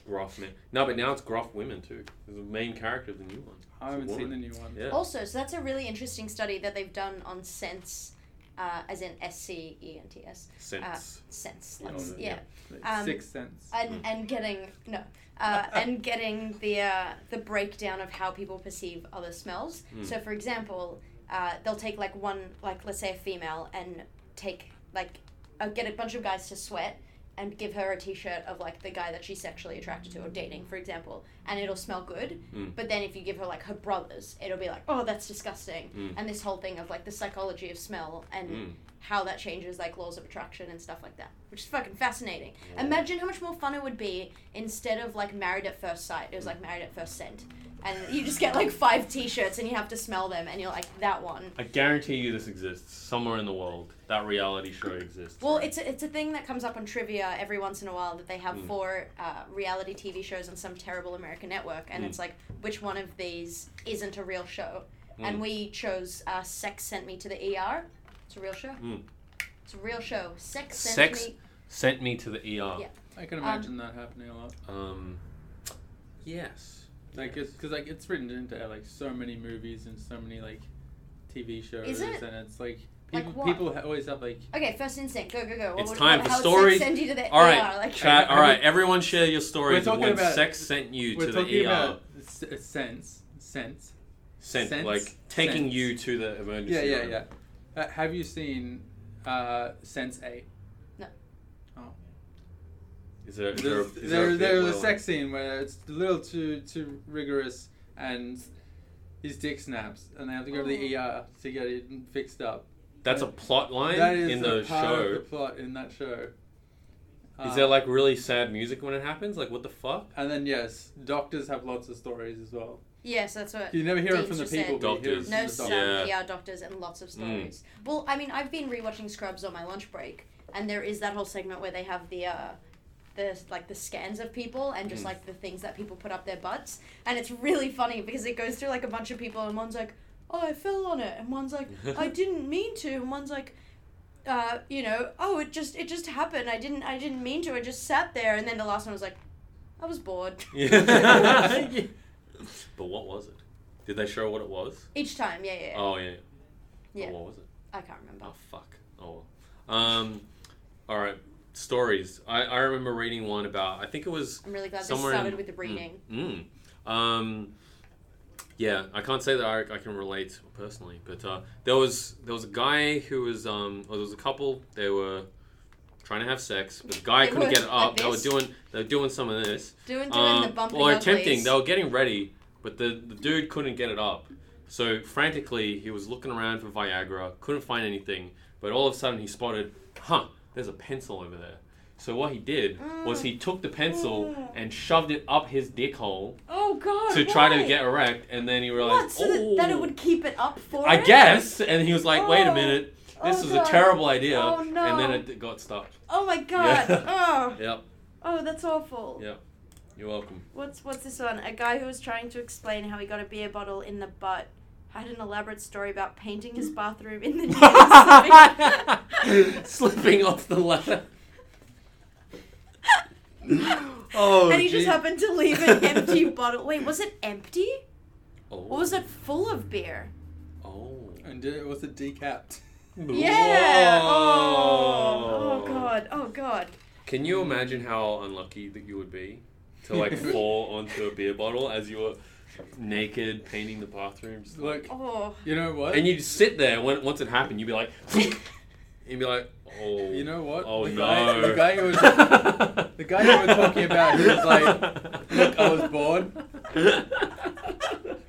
Gruff men. No, but now it's gruff women too. The main character of the new one.
I haven't seen the new one.
Yeah.
Also, so that's a really interesting study that they've done on sense, uh, as in S C E N T S,
Sense.
uh, sense.
Yeah,
Like,
on the-
yeah.
Like
Um,
Sixth Sense.
And and getting no, uh, and getting the uh, the breakdown of how people perceive other smells.
Mm.
So, for example, uh, they'll take like one, like let's say a female, and take like uh, get a bunch of guys to sweat. And give her a T-shirt of like the guy that she's sexually attracted to or dating, for example, and it'll smell good.
Mm.
But then if you give her like her brothers, it'll be like, oh, that's disgusting.
Mm.
And this whole thing of like the psychology of smell and
Mm.
how that changes like laws of attraction and stuff like that, which is fucking fascinating.
Oh.
Imagine how much more fun it would be instead of like married at first sight. It was like married at first scent, and you just get like five T-shirts and you have to smell them, and you're like that one.
I guarantee you this exists somewhere in the world. That reality show exists.
Well, it's a, it's a thing that comes up on trivia every once in a while that they have
Mm.
four uh, reality TV shows on some terrible American network, and
Mm.
it's like which one of these isn't a real show?
Mm.
And we chose uh, "Sex Sent Me to the ER." It's a real show.
Mm.
It's a real show. Sex sent
Sex-
me.
sent me to the ER.
Yeah.
I can imagine that happening a lot.
Um. Yes.
Like, it's because like it's written into uh, like so many movies and so many like TV shows,
it?
and it's like
Like
people
what?
people ha- always have like
Okay, first instinct. Go go go. What
It's
would-
time for
how would
stories.
Sex send you to the
All
ER.
right,
Like,
Chat.
I- I
All right, everyone, share your
We're
stories of
talking
when
about-
sex sent you
we're
to
talking
the ER.
about s- uh, sense sense.
sent,
sense-
like taking
sense.
you to the emergency
Yeah, yeah,
room.
yeah. Uh, have you seen uh, Sense Eight?
Is there, is there,
There's,
is there,
there,
a bit
there's
where,
a sex scene where it's a little too too rigorous and his dick snaps and they have to go to the
Oh.
ER to get it fixed up.
like, That's a plot line
that is
in
a
the
part
show.
of the plot in that show.
is
Uh,
there like really sad music when it happens? Like what the fuck?
Um, and then yes, doctors have lots of stories as well.
yes, that's what.
You never hear it
Dean's
from the
just said-
people. but you hear it
Doctors.
No
from the
some
doctors.
Yeah.
ER doctors and lots of
Mm.
stories. Well, I mean, I've been rewatching Scrubs on my lunch break, and there is that whole segment where they have the. Uh, the, like the scans of people and just
Mm.
like the things that people put up their butts and it's really funny because it goes through like a bunch of people and one's like oh I fell on it and one's like I didn't mean to and one's like uh, you know oh it just it just happened I didn't I didn't mean to I just sat there and then the last one was like I was bored
Yeah. but what was it? Did they show what it was?
each time yeah yeah, yeah.
Oh yeah.
Yeah.
Oh, what was it?
I can't remember
Oh fuck. Oh. Well. Um. All right. Stories. I I remember reading one about. I think it was.
I'm really glad
Somewhere
this started
in-
with the reading
Mm. Um, yeah, I can't say that I, I can relate personally, but uh, there was there was a guy who was um, or there was a couple. They were trying to have sex, but the guy
They
couldn't
were
get it up.
like
They were
this.
doing they were doing some of this.
Doing doing the
Um,
bumping
or
uglies.
attempting. They were getting ready, but the, the dude couldn't get it up. So frantically, he was looking around for Viagra, couldn't find anything. But all of a sudden, he spotted, huh? There's a pencil over there. So what he did was he took the pencil
Mm.
and shoved it up his dick hole
oh god.
to try to
why?
get erect, and then he realized,
What? So that,
oh,
that it would keep it up for
I
it?
guess. And he was like, wait a
Oh.
minute, this
Oh,
is
God.
a terrible idea.
Oh,
And then
no.
it got stuck.
Oh my god.
Yeah.
Oh.
Yep.
Oh, that's awful.
Yeah. You're welcome.
What's what's this one? A guy who was trying to explain how he got a beer bottle in the butt had an elaborate story about painting his bathroom in the nude.
Slipping off the ladder. Oh,
and he
gee.
just happened to leave an empty bottle. Wait, was it empty?
Oh.
Or was it full of beer?
Oh.
And did, was it decapped?
Yeah.
Whoa.
Oh. Oh god. Oh god.
Can you imagine how unlucky that you would be to like fall onto a beer bottle as you were naked painting the bathrooms?
Look,
Oh.
you know what?
And you'd sit there when once it happened, you'd be like, you'd be like, oh.
you know what?
Oh
the
no.
Guy, the guy who was
the
guy you were talking about, he was like, "Look, I was bored."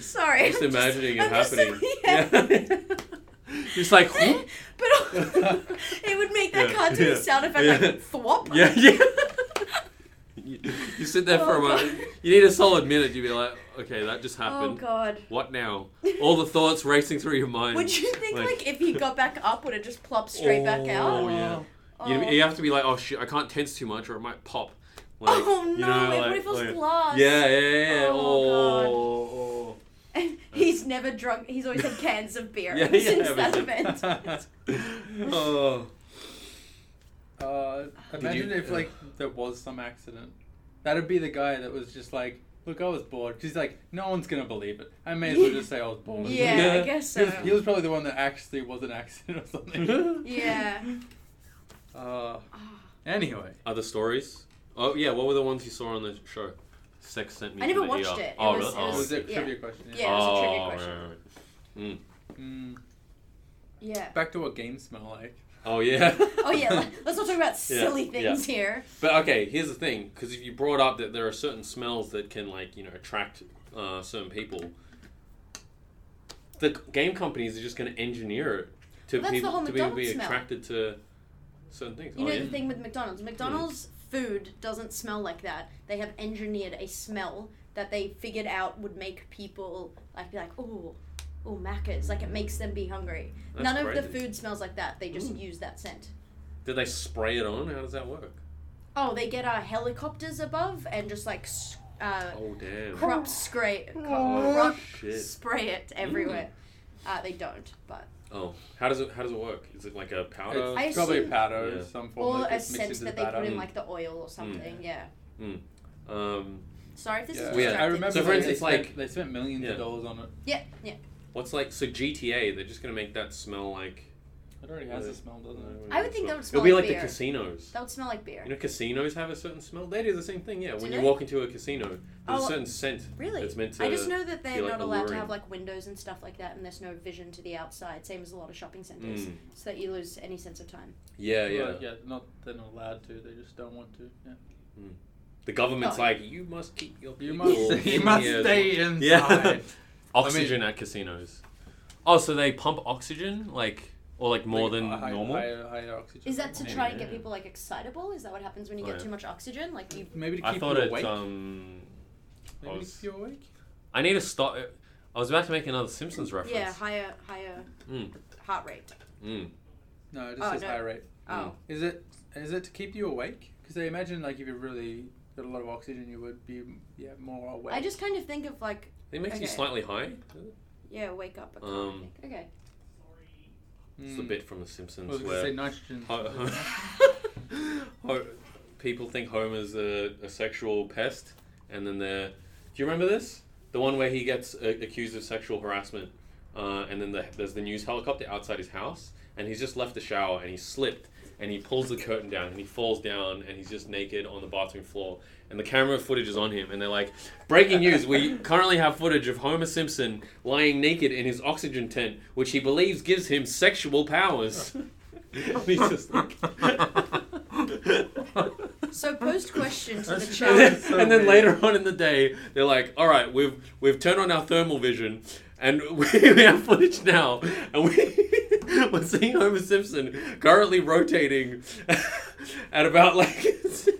Sorry.
Just
I'm
imagining it
I'm just-
happening.
yeah.
Just like, "Hmm?"
but also, it would make that
Yeah,
cartoon
yeah,
sound effect
yeah.
like thwop.
yeah, yeah. You, you sit there for a
Oh,
moment.
God.
You need a solid minute. You'd be like, okay, that just
Oh
happened.
god.
what now? All the thoughts racing through your mind.
Would you think like, if he got back up, would it just plop straight back
Oh
out?
yeah.
Oh,
You, you have to be like, oh shit, I can't tense too much or it might pop. Like,
Oh, no!
you know,
wait, what
like-
if it was
like-
glass?
Yeah, yeah, yeah. yeah.
Oh, God.
Oh,
he's never drunk. He's always had cans of beer
Yeah, yeah,
since that
everything.
event.
oh, oh.
uh, imagine
you-
if like there was some accident. That'd be the guy that was just like, "Look, I was bored." 'Cause He's like, "No one's gonna believe it. I may as well just say I was bored."
Yeah,
Yeah.
I guess
He
so.
was, he was probably the one that actually was an accident or something.
yeah.
uh,
Ah,
anyway,
Other stories? Oh yeah, what were the ones you saw on the show? Sex sent me.
I
to
never
the
watched
ER.
it. It
Oh,
was-
really?
it
Oh,
it was
okay.
a
yeah.
trivia question.
Yeah, it was a trivia
Oh,
question.
right, right, right.
Mm,
Yeah.
back to what games smell like.
Oh yeah.
Oh yeah. let- Let's not talk about silly
yeah.
things here.
But okay, here's the thing, because if you brought up that there are certain smells that can like you know attract uh, certain people, the c- game companies are just going to engineer it to
Well, that's the
people
whole
to people
McDonald's
be
smell.
attracted to certain things.
You
oh
know
yeah.
the thing with McDonald's. McDonald's food doesn't smell like that. They have engineered a smell that they figured out would make people like be like, oh, oh, Macca's. Like it makes them be hungry.
That's
None of the
crazy.
food smells like that. They just
Mm.
use that scent.
Did they spray it on? How does that work?
Oh, they get uh, helicopters above and just like s- uh,
Oh damn.
crop spray,
Oh,
crop
shit.
spray it everywhere. Uh, they don't, but
Oh, how does it? How does it work? Is it like a powder?
I
It's probably
assume-
powder,
Yeah.
some form
or
that
a
gets mixed
scent
into the
that they put
batter.
in like the oil or something. Yeah.
Um,
Sorry if this
Yeah.
is
Yeah.
distracting.
I remember.
So for
they
instance,
spent-
like-
they spent millions
Yeah.
of dollars on it.
Yeah, yeah.
what's like so GTA? They're just going to make that smell like.
It already has a smell, doesn't it?
I would think that would smell
It'll be
like
like the
beer.
casinos.
That would smell like beer.
You know, casinos have a certain smell. They do the same thing, yeah.
Do
when you
they?
walk into a casino, there's
Oh,
a certain scent
Really?
that's meant to.
I just know that they're
be, uh, like,
not allowed to
alluring.
have like windows and stuff like that, and there's no vision to the outside, same as a lot of shopping centers,
Mm.
so that you lose any sense of time.
Yeah, yeah.
Well, yeah. Not they're not allowed to. They just don't want to. Yeah.
The government's
Oh.
like, you must keep your.
You
people
must. You
in
must
here."
stay
Yeah.
inside.
oxygen at casinos. Oh, so they pump oxygen like, or like more than
Higher-
normal.
Higher, higher oxygen.
Is that to
Maybe,
try and get
yeah.
people like excitable? Is that what happens when you
Oh,
get
yeah.
too much oxygen? Like you.
Maybe to keep
I thought
you
it's
awake.
um. I
Maybe to
was-
keep you awake.
I need to stop. I was about to make another Simpsons reference.
Yeah, higher, higher
Mm.
heart rate.
Mm.
No, it
Oh,
just says
no.
high rate.
Oh,
Is it? Is it to keep you awake? Because I imagine like if you really got a lot of oxygen, you would be yeah more awake.
I just kind of think of like
It makes you
Okay.
slightly high.
yeah, wake up. I can't
Um,
think. okay.
It's the
Mm.
bit from the
I
Simpsons
was gonna
where
say nitrogen.
Ho- Ho- people think Homer's a, a sexual pest, and then the. Do you remember this? The one where he gets uh, accused of sexual harassment, uh, and then the, there's the news helicopter outside his house, and he's just left the shower and he slipped. And he pulls the curtain down and he falls down and he's just naked on the bathroom floor. And the camera footage is on him. And they're like, Breaking news, we currently have footage of Homer Simpson lying naked in his oxygen tent, which he believes gives him sexual powers. And he's just like.
So post question to the
That's-
And then,
chat.
so
and then
weird.
later on in the day, they're like, "All right, we've we've turned on our thermal vision, and we, we have footage now, and we we're seeing Homer Simpson currently rotating at about like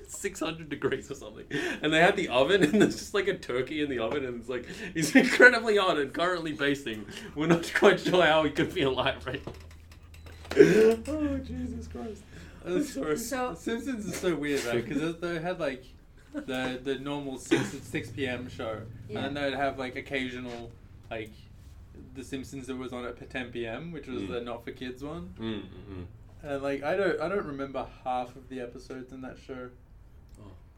600 degrees or something." And they had the oven, and there's just like a turkey in the oven, and it's like he's incredibly hot and currently basting. We're not quite sure how he could be alive right. now. oh Jesus Christ! I'm sorry.
So-
Simpsons is so weird though because they had like the the normal six six p.m. show,
Yeah.
and then they'd have like occasional like the Simpsons that was on at ten p.m., which was
Mm.
the not for kids one.
Mm, mm, mm.
And like I don't I don't remember half of the episodes in that show.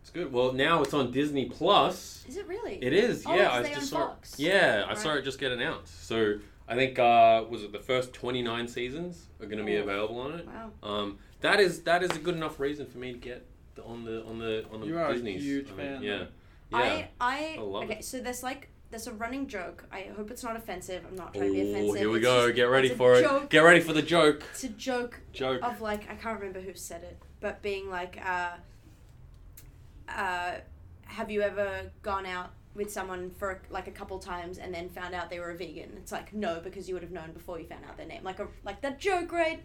It's good. Well, now it's on Disney Plus.
Is it really?
It is,
Oh,
yeah.
it's
I
they
just
own
saw.
Fox.
It. Yeah, I saw
Right.
it just get announced. So I think uh, was it the first twenty nine seasons are going to be
Oh.
available on it.
Wow.
Um, that is that is a good enough reason for me to get the, on the on the on the
You are a
Disney's.
huge
I mean,
fan,
Yeah, yeah.
I I,
I love
okay.
it.
So there's like there's a running joke. I hope it's not offensive. I'm not trying to be
oh,
offensive.
here we
It's
go.
just-
Get ready
it's a
for it.
joke.
Get ready for the joke.
it's a joke
Joke.
of like I can't remember who said it, but being like, uh, uh, have you ever gone out with someone for like a couple times and then found out they were a vegan? It's like no, because you would have known before you found out their name. Like a like that joke, right?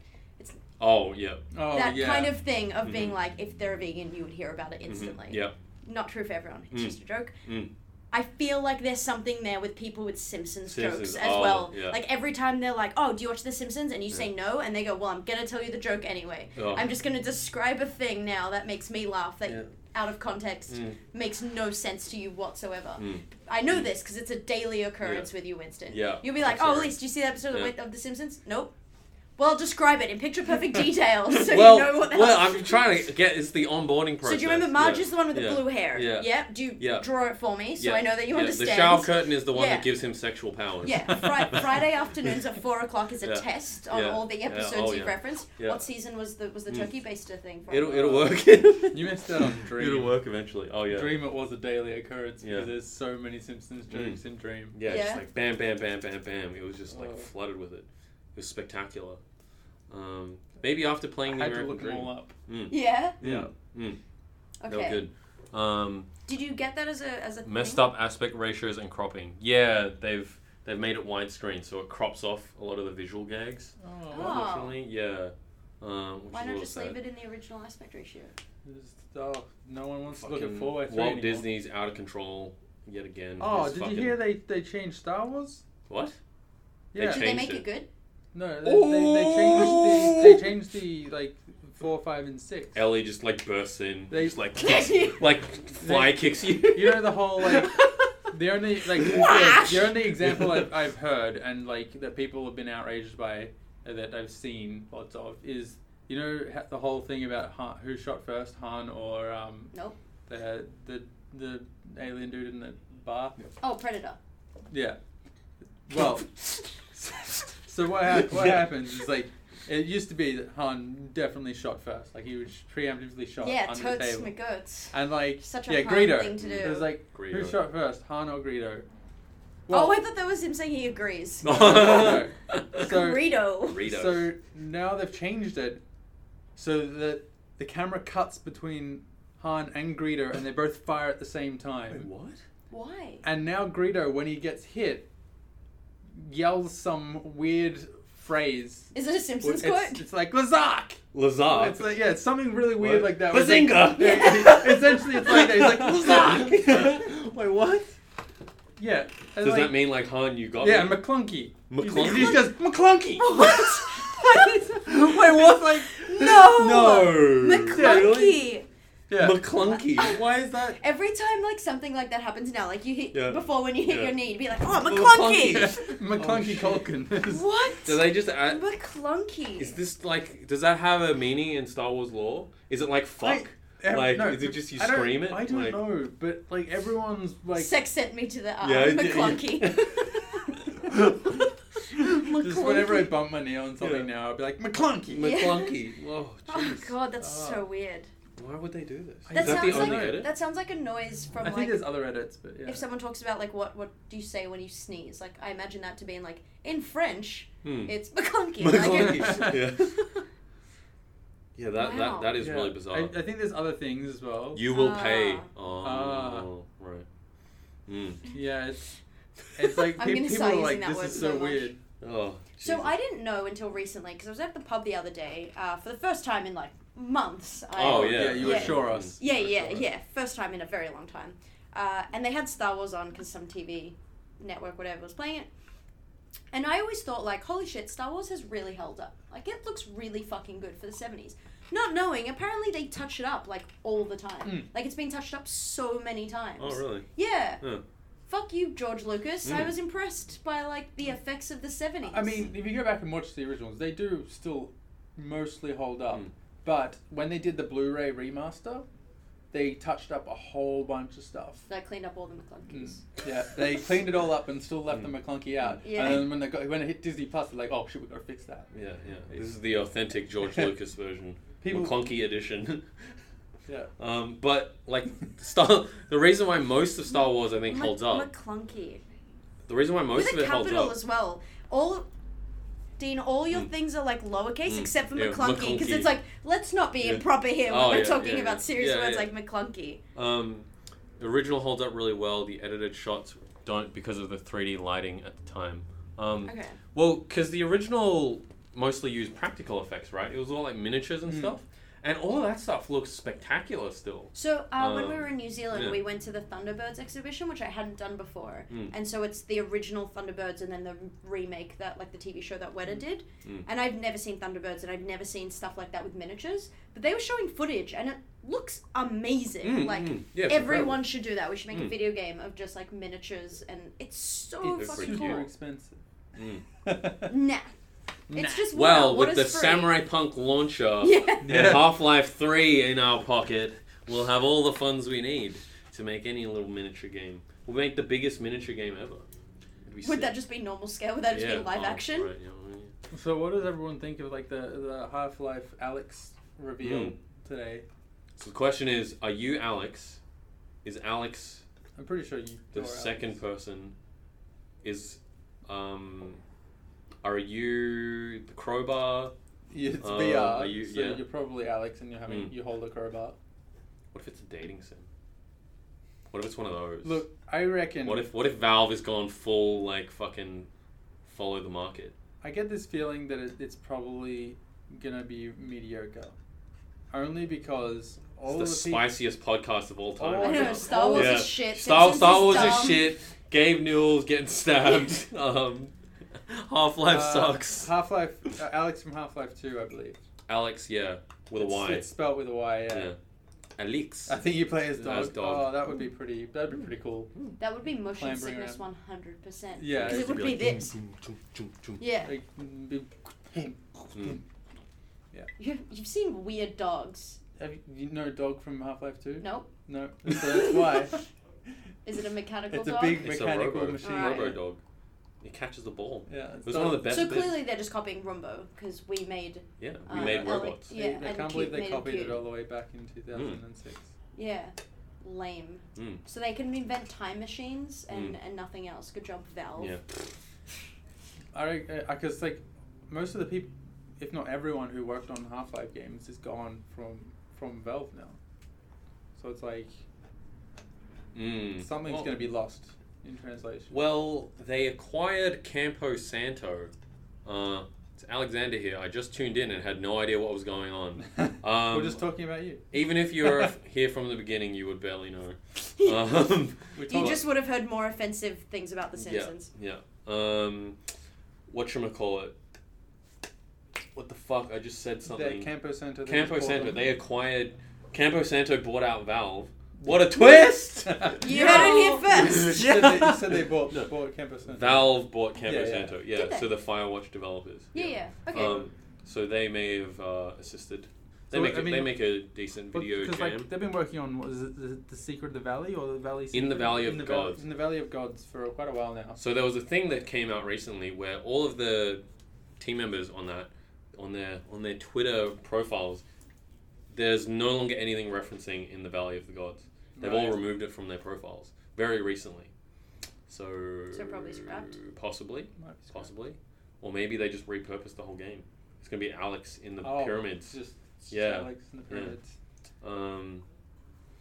Oh yeah.
Oh
that
yeah,
kind of thing of being
Mhm.
like, if they're a vegan, you would hear about it
Mhm.
instantly.
Yeah.
Not true for everyone. It's
Mm.
just a joke.
Mm.
I feel like there's something there with people with Simpsons,
Simpsons,
jokes as
oh,
well.
yeah.
Like every time they're like, "Oh, do you watch The Simpsons?" and you say no, and they go, "Well, I'm gonna tell you the joke anyway.
Oh.
I'm just gonna describe a thing now that makes me laugh that
Yeah.
out of context
Mm.
makes no sense to you whatsoever."
Mm.
I know this because it's a daily occurrence with you, Winston.
Yeah.
You'll be like,
I'm
"Oh,
sorry.
Elise, do you see that episode
Yeah.
of of The Simpsons?" Nope. Well, I'll describe it in picture perfect detail so
well,
you know what the
well,
hell-
I'm trying to get. It's the onboarding process.
so do you remember Marge
Yeah.
is the one with
Yeah.
the blue hair?
Yeah.
Do you
Yeah.
draw it for me so
Yeah.
I know that you
yeah,
understand?
The shower curtain is the one
Yeah.
that gives him sexual powers.
Yeah, Fri- Friday afternoons at four o'clock is a
Yeah.
test on
Yeah.
all the
Yeah.
episodes
Oh,
you've
yeah.
referenced.
Yeah.
What season was the was the
Mm.
turkey baster thing from?
It'll it'll work.
You missed out on
It'll
Dream.
work eventually. Oh yeah.
Dream it was a daily occurrence because
Yeah.
there's so many Simpsons
Mm.
jokes in Dream.
Yeah,
Yeah.
just like bam, bam, bam, bam, bam. It was just like
Oh.
flooded with it. It was spectacular. Um, maybe after playing the
I had to
American
look them all
Dream.
up.
Yeah.
Yeah. Mm.
Okay.
No good. Um,
Did you get that as a as a
messed
thing?
up aspect ratios and cropping. Yeah, they've they've made it widescreen, so it crops off a lot of the visual gags.
Oh.
Unfortunately, yeah. Um, which
Why
is a
not
little
just
sad.
leave it in the original aspect ratio?
Just- oh, no one wants to look
Fucking
at four by three
Walt
anymore.
Disney's out of control yet again.
Oh,
His
did
fucking-
you hear they they changed Star Wars?
What? They
Yeah.
Did they
changed
make
it.
it good?
no, they, they, they changed the they changed the like four, five, and six.
Ellie just like bursts in,
They-
just like kicks, like fly kicks you.
You know the whole like the only like
Whash!
the only example I've, I've heard and like that people have been outraged by uh, that I've seen lots of is you know ha- the whole thing about Han, who shot first Han or um
Nope.
the the the alien dude in the bar
Oh, Predator.
yeah well So what hap- what happens is like it used to be that Han definitely shot first, like he was preemptively shot
yeah,
under the
totes
table,
McGoats.
and like
Such a
yeah,
Han
Greedo.
thing to do.
It was like who
Greedo.
shot first, Han or Greedo?
oh, I thought that was him saying he agrees.
No. So-
Greedo.
Burritos.
so now they've changed it so that the camera cuts between Han and Greedo, and they both fire at the same time.
what?
Why?
And now Greedo, when he gets hit, yells some weird phrase.
Is it a Simpsons
It's,
quote?
it's like Lazak.
Lazar.
It's like yeah, it's something really weird
Oh. What?
like that. where it's like-
Bazinga!
Yeah, essentially, it's like that. He's like, "Lazak!"
Wait, what?
yeah.
Does that mean like Han, you got
Yeah,
me?
McClunky.
McClunky?
He goes McClunky.
What?
Wait, what? Like
No.
no.
McClunky.
yeah.
McClunky.
Why is that?
Every time like something like that happens now, like you hit
Yeah.
before when you hit
Yeah.
your knee, you'd be like, oh,
McClunky.
McClunky.
McClunky
Oh,
Culkin.
what?
Do they just
uh,
add?
McClunky.
Is this like? Does that have a meaning in Star Wars lore? Is it like fuck?
Ev-
like,
no,
is it just you
I don't-
scream it?
I don't
Like-
know, but like everyone's like
Sex sent me to the arm.
Yeah, it did.
McClunky.
just whenever I
McClunky.
bump my knee on something
Yeah.
now, I'll be like McClunky.
Yeah.
McClunky. Whoa,
Oh
jeez.
god, that's
Oh.
so weird.
Why would they do this?
I
Is
That
that
sounds
the only
like-
edit?
That sounds like a noise
I
from
think
like
there's other edits, but yeah.
if someone talks about like what what do you say when you sneeze? Like I imagine that to be in like in French,
Hmm.
it's McClunky. Like,
McClunky.
it-
yeah. Yeah, that,
Wow.
that, that is
Yeah.
really bizarre.
I, I think there's other things as well.
you will pay.
Ah.
Oh,
Ah.
right. Mm.
yeah, it's it's like
I'm
pe-
gonna
people
start
are like,
using that
this
word
is
so
so
much.
weird.
Oh.
So
Jesus.
I didn't know until recently because I was at the pub the other day uh, for the first time in like months. I,
Oh, yeah.
you
Yeah.
assure us.
Yeah,
You
yeah,
assure us.
yeah. First time in a very long time. Uh, and they had Star Wars on because some TV network, whatever, was playing it. And I always thought, like, holy shit, Star Wars has really held up. Like, it looks really fucking good for the 70s. Not knowing, apparently they touch it up, like, all the time.
Mm.
Like, it's been touched up so many times.
Hmm. Oh, really?
Yeah.
Huh.
Fuck you, George Lucas. I
Mm.
was impressed by, like, the effects of the 70s.
I mean, if you go back and watch the originals, they do still mostly hold up.
Mm.
But when they did the Blu-ray remaster, they touched up a whole bunch of stuff. Mm.
I cleaned up all the McClunkies.
Yeah, they cleaned it all up and still left the
Mm.
McClunky out.
Yeah.
And then when they got when it hit Disney Plus, they're like, "Oh shit, we gotta fix that."
Yeah, yeah. This is the authentic George Lucas version,
People-
McClunky edition.
Yeah.
Um, but like Star, the reason why most of Star Wars I think
Mc-
holds up.
McClunky.
The reason why most
with
of
a
it holds
capital
up.
as well. All Dean, all your
Mm.
things are like lowercase
Mm.
except for
Yeah,
McClunky because
McClunky.
it's like let's not be
Yeah.
improper here when
Oh,
we're
yeah,
talking
yeah,
about
yeah.
serious
Yeah,
words
yeah.
like McClunky.
Um, the original holds up really well. The edited shots don't because of the 3D lighting at the time. Um,
Okay.
Well, because the original mostly used practical effects, right? It was all like miniatures and
Mm.
stuff, and all of that stuff looks spectacular still.
So uh, when we
Um,
were in New Zealand,
yeah.
we went to the Thunderbirds exhibition, which I hadn't done before,
Mm.
and so it's the original Thunderbirds and then the remake that, like the TV show that Weta did.
Mm.
And I've never seen Thunderbirds, and I've never seen stuff like that with miniatures. But they were showing footage, and it looks amazing.
Mm,
like
mm. Yeah, it's
Everyone should do that. We should make a
Mm.
video game of just like miniatures, and it's so
It's
fucking
freaking
Oh, cool.
too
cool.
expensive.
Mm.
Nah,
Nah.
it's just
Well,
wow, what
with the
is free?
Samurai Punk launcher
Yeah.
and
Yeah.
Half Life 3 in our pocket, we'll have all the funds we need to make any little miniature game. We'll make the biggest miniature game ever. It'd be sick.
Would that just be normal scale without it just
Yeah,
being live
oh,
action?
right, yeah, well, yeah.
So, what does everyone think of like the the Half Life Alex reveal
Mm.
today?
So the question is Are you Alex? Is Alex
I'm pretty sure you.
the
you're
second
Alex.
person is um are you the crowbar
Yeah, it's
Uh,
VR.
are you-
so
yeah.
you're probably Alex, and you're having
Mm.
you hold a crowbar.
what if it's a dating sim what if it's one of those
Look, I reckon.
what if what if valve has gone full like fucking follow the market
I get this feeling that it, it's probably gonna be mediocre, only because all
it's
the
the,
people.
spiciest podcast of all
All
time
I
right
don't
of
now.
know. Star Wars
Yeah.
is shit.
Star,
Simpsons
Star Wars is
dumb.
shit Gabe Newell's getting stabbed um Half-Life sucks
Half Life, uh, Alex from Half Life Two, I believe.
Alex yeah with a
it's,
Y
It's spelled with a Y. Yeah.
yeah Alex
I think you play as
As
dog.
dog.
Oh, that would be pretty. That'd be pretty cool.
That would be motion
Plan bring
sickness one hundred percent.
Yeah,
because
it
it would be, this.
hmm.
Yeah,
Like, mm, be-
Mm.
you, you've seen weird dogs.
Have you, you know dog from Half Life Two?
Nope.
No.
Hmm.
So that's why.
Is it a mechanical
it's a
dog?
big
It's a
mechanical
robo,
machine.
Alright.
robo dog. It catches the ball.
Yeah.
It was one of the best.
so
bits.
clearly they're just copying Rumbo because we made
yeah, we
uh,
made
Alex-
robots.
yeah,
I
and
can't
cute-
believe they
made him
copied
cute.
it all the way back in 2006.
Hmm.
yeah lame.
Mm.
So they can invent time machines and, and nothing else. Good job, Valve.
Yeah.
I because like most of the people, if not everyone who worked on Half Life games is gone from from Valve now. So it's like
Mm.
something's
well,
going to be lost in translation.
Well, they acquired Campo Santo. Uh, it's Alexander here. I just tuned in and had no idea what was going on. Um,
We're just talking about you.
Even if you were f- here from the beginning, you would barely know. Um,
We
You
talked-
just would have heard more offensive things about The
Yeah.
Simpsons.
yeah. Um, what should call it? What the fuck? I just said
that
something.
Campo Santo. they
Campo
just bought
Santo.
them.
They acquired. Campo Santo bought out Valve. What a twist!
You heard it here first.
You said they, you said they bought,
No.
bought Campo Santo.
Valve bought Campo
Yeah, yeah.
Santo. Yeah.
Did they?
so the Firewatch developers.
Yeah, yeah. Okay.
Um, so they may have uh, assisted. They
So,
make
I
a,
mean-
they make a decent video
Because
jam.
like they've been working on what is it, the, the Secret of the Valley or the Valley?
In the
Secret?
Valley
in
of
the Val-
Gods.
in the Valley of Gods for quite a while now.
so there was a thing that came out recently where all of the team members on that on their on their Twitter profiles, there's no longer anything referencing in the Valley of the Gods. They've all
Right.
removed it from their profiles very recently. So
So probably scrapped?
Possibly.
Might be scrapped.
Possibly. Or maybe they just repurposed the whole game. It's going to be Alex in the
Oh,
pyramids.
Just
Yeah.
Alex and the
Yeah.
pyramids.
Um,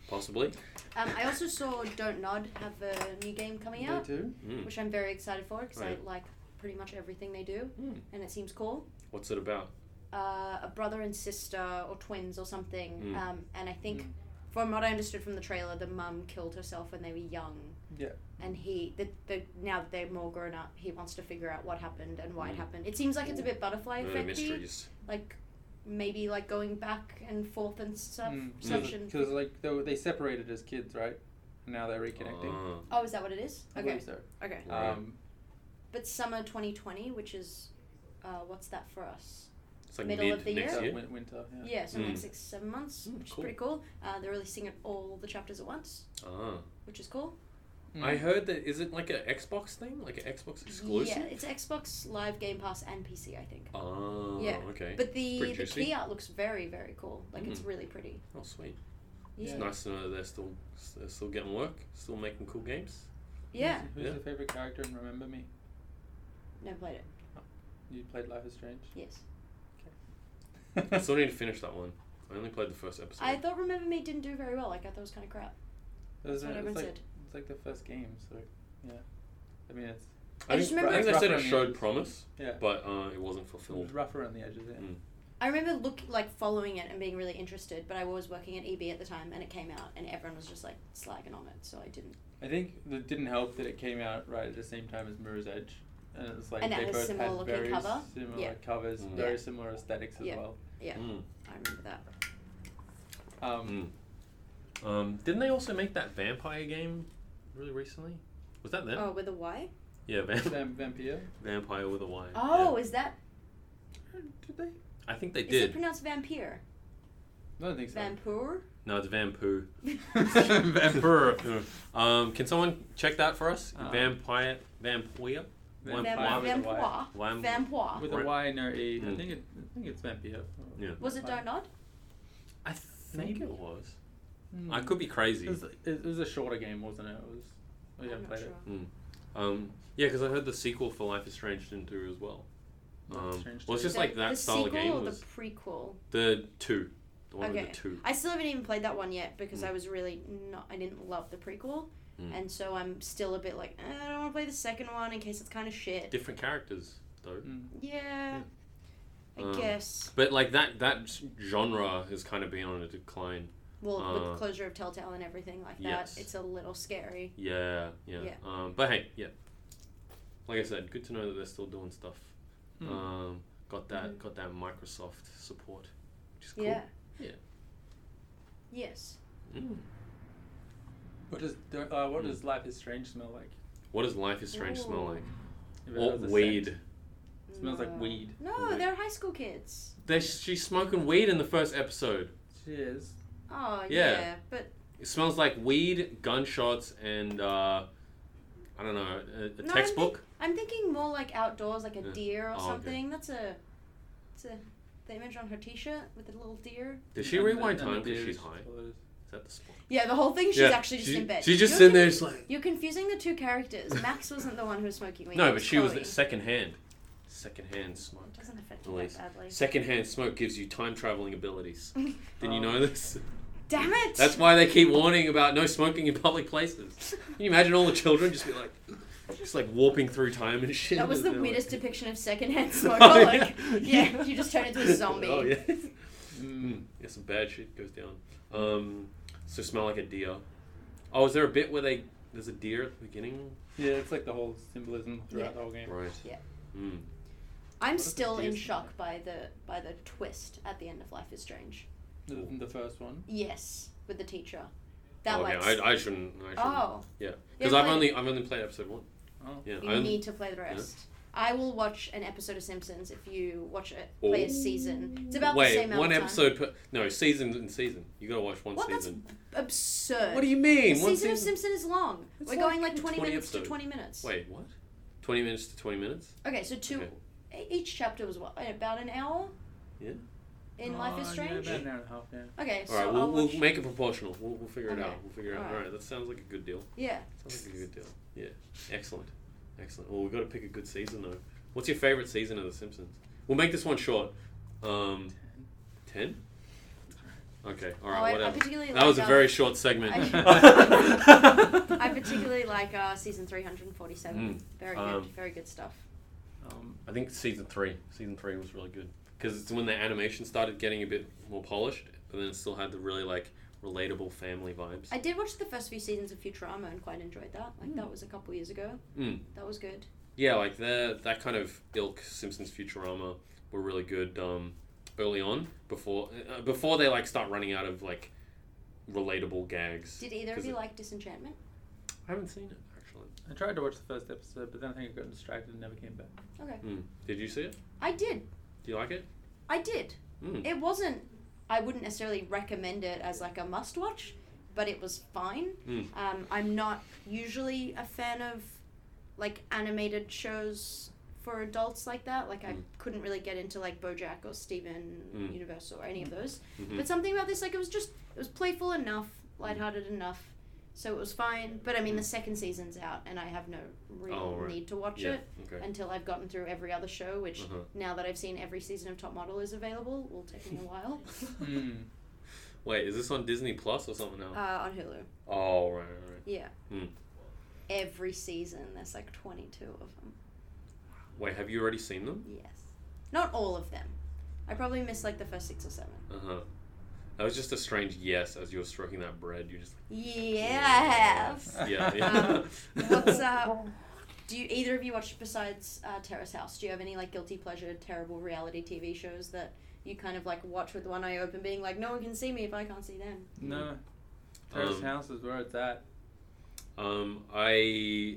possibly.
Um, I also saw Don't Nod have a new game coming
They
out,
do.
Mm.
which I'm very excited for because
Right.
I like pretty much everything they do,
Mm.
and it seems cool.
What's it about?
Uh, a brother and sister, or twins, or something.
Mm.
Um, and I think,
Mm.
from what I understood from the trailer, the mum killed herself when they were young.
Yeah.
And he, the, the, now that they're more grown up, he wants to figure out what happened and why
Mm.
it happened. It seems like it's a bit butterfly
Murder
effecty,
mysteries.
like maybe like going back and forth and stuff.
Mm.
Such and
Hmm. Because like they, were- they separated as kids, right? And now they're reconnecting.
Ah,
oh, is that what it is?
I
Okay,
believe so.
okay.
right.
Um,
But summer 2020, which is, uh, what's that for us?
it's like
middle
mid
of the
next
Yeah.
so
year.
win- winter. Yeah.
Yeah, so like
Mm.
six, seven months,
Mm,
which
cool.
is pretty cool. Uh, they're releasing it all the chapters at once,
Ah.
which is cool.
Mm.
I heard that. Is it like an Xbox thing? Like an Xbox exclusive?
Yeah, it's Xbox Live Game Pass and PC, I think.
Oh,
Yeah.
okay.
But the,
pretty
the
juicy.
key art looks very, very cool. Like, it's
Mm.
really pretty.
Oh, sweet.
Yeah.
It's nice to know they're still they're still getting work, still making cool games.
yeah,
Who's, who's
Yeah.
your favorite character in Remember Me?
never played it.
You played Life is Strange.
Yes.
I still need to finish that one. I only played the first episode.
I thought Remember Me didn't do very well. Like, I thought it was kind of crap.
It was-
That's what
it's
everyone
like-
said.
It's like the first game, so yeah. I mean, it's
I just
think-
remember-
I think they said it
Rough
showed
Onions.
promise,
yeah.
but uh,
It
it wasn't
was
fulfilled.
rougher on the edges. Yeah.
Mm.
I remember look like following it and being really interested, but I was working at EB at the time, and it came out, and everyone was just like slagging on it, so I didn't.
I think it didn't help that it came out right at the same time as Mirror's Edge, and it was like
And it
they
had a
both
similar
had
looking
very
cover.
similar
Yeah.
covers,
Mm.
very
Yeah.
similar aesthetics as
Yeah.
well.
Yeah.
Mm.
I remember that.
Um,
Mm. Um, didn't they also make that vampire game really recently? Was that them?
Oh, with a Y?
Yeah, vamp-
Vam- Vampire.
vampire with a Y.
Oh,
yeah.
is that?
Did they?
I think they
Is
did.
it pronounced vampire?
I don't think so.
Vampire?
no, it's vampoo.
Vampire.
Um, can someone check that for us?
Uh-huh.
Uh.
vampire, vampire,
Vamp-
Vampire
with a Y.
Vampire.
Vamp-
Vampire.
With a
Right.
Y, no E. I
Mm.
think it. I think it's Vampire.
Yeah.
Was it Don't Nod?
I think it was.
Mm.
Hmm.
I could be crazy.
It was, it was a shorter game, wasn't it? It was. We
I'm
haven't
not
Oh, played
sure.
Um, yeah, because I heard the sequel for Life is Strange didn't do as well.
Life is
Um,
Strange
well, it's
did.
just
The-
like that
the
style of
sequel
game
or
was
the prequel.
the two, the one
Okay.
with the two.
I still haven't even played that one yet because
Mm.
I was really not. I didn't love the prequel,
Mm.
and so I'm still a bit like eh, I don't want to play the second one in case it's kind of shit.
Different characters though.
it. Mm.
Yeah,
Hmm.
I
Um,
guess.
But like that that genre has kind of been on a decline.
Well, with
uh,
the closure of Telltale and everything like that,
yes.
it's a little scary.
Yeah, yeah.
Yeah.
Um, but hey, yeah. Like I said, good to know that they're still doing stuff.
Mm.
Um, got that
Mhm.
got that Microsoft support, which is cool.
Yeah.
Yeah.
Yes.
Mm.
What does don't- uh, what
Mm.
does Life is Strange smell like?
What does Life is Strange smell
Ooh.
like?
If it
Or
has a
Oh, weed.
scent. Smells like
No.
weed.
No,
Weed.
they're high school kids.
They she's smoking weed in the first episode.
Cheers.
Oh yeah,
Yeah.
but
It smells like weed, gunshots, and uh, I don't know, a, a
No, I
textbook.
I'm thinking more like outdoors, like a
Yeah.
deer or
Oh, okay.
something. That's a, it's a, the image on her T-shirt with the little deer.
Did she
And- and
rewind
the
time because
beer
she's
is
high?
colours.
Is that the spot?
Yeah, the whole thing. She's
Yeah,
actually just
she-
in bed.
She's just
You're
in there, just like.
You're confusing the two characters. Max wasn't the one who was smoking weed.
No,
it
but she was
Chloe.
the second hand. Second hand smoke.
It doesn't affect me
Elise.
that badly.
Second hand smoke gives you time traveling abilities. Didn't you
Oh.
know this?
Damn it!
That's why they keep warning about no smoking in public places. Can you imagine all the children just be like, just like warping through time and shit?
That was the
They're like-
weirdest depiction of secondhand smoke.
Oh,
Like, yeah, you just turn into a zombie.
Oh yeah.
Mm.
Mm, yeah, some bad shit goes down. Um, so smell like a deer. Oh, is there a bit where they there's a deer at the beginning?
Yeah, it's like the whole symbolism throughout
Yeah.
the whole game.
Right.
Yeah.
Mm.
I'm
What if
still
it
in
is?
shock by the by the twist at the end of Life is Strange.
The, the first one.
Yes, with the teacher. That
Oh, okay,
like.
I, I shouldn't. I shouldn't.
oh.
Yeah,
You
because
haven't
I've
played-
only I've only played episode one.
Oh.
Yeah.
You
I only-
need to play the rest. I will watch an episode of Simpsons if you watch it.
Oh.
Play a season. It's about
Wait,
the same amount
one
of time.
episode per no season and season. You gotta watch one
What? That's
season.
absurd.
What do you mean?
A
one
season of Simpson is long.
It's
We're going
like
like 20,
20
minutes
episodes.
to 20 minutes.
Wait, what? Twenty minutes to twenty minutes.
Okay, so two.
Okay.
e- Each chapter was what? About an hour?
Yeah.
In Life is
Oh,
Strange?
Yeah, about an hour and a half, yeah.
Okay, so
All right,
I'll
we'll, we'll
watch.
make it proportional. We'll, we'll figure it
Okay.
out. We'll figure it out.
All
All
right.
right, that sounds like a good deal.
yeah.
Sounds like a good deal. Yeah. Excellent. Excellent. Well, we've got to pick a good season, though. What's your favorite season of The Simpsons? We'll make this one short. Um, 10? Okay, all
Oh, I- I
right, whatever.
particularly
that was a
like,
very
um,
short segment.
I-
I particularly like uh, season 347.
Mm.
Very
Um,
good, very good stuff.
Um,
I think season three. Season three was really good because it's when the animation started getting a bit more polished, but then it still had the really like relatable family vibes.
I did watch the first few seasons of Futurama and quite enjoyed that. Like that was a couple years ago.
Mm.
That was good.
Yeah, like the that kind of ilk Simpsons Futurama were really good um, early on before uh, before they like start running out of like relatable gags.
Did either of
'Cause
you
it-
like Disenchantment?
I haven't seen it actually.
I tried to watch the first episode, but then I think I got distracted and never came back.
Okay.
Mm. Did you see it?
I did.
Do you like it?
I did.
Mm.
It wasn't I wouldn't necessarily recommend it as like a must watch, but it was fine.
Mm.
Um, I'm not usually a fan of like animated shows for adults like that. Like I
Mm.
couldn't really get into like BoJack or Steven
Mm.
Universe or any of those.
Mhm.
But something about this, like it was just it was playful enough, lighthearted enough, so it was fine. But I mean, the second season's out, and I have no real
Mm. Oh, right.
need to watch
yeah.
it
Okay.
until I've gotten through every other show. Which
Uh-huh.
now that I've seen every season of Top Model is available, will take me a while.
Mm.
Wait, is this on Disney Plus or something else?
Uh, on Hulu,
oh right, right, right.
yeah.
Mm.
Every season, there's like 22 of them.
Wait, have you already seen them?
Yes, not all of them. I probably missed like the first six or seven.
Uh huh. That was just a strange yes as you were stroking that bread. You just
Yes.
yeah. yeah.
Um, What's uh? Do you, either of you watch besides uh, Terrace House? Do you have any like guilty pleasure, terrible reality TV shows that you kind of like watch with one eye open, being like, no one can see me if I can't see them?
No. Terrace
Um,
House is where it's at.
Um, I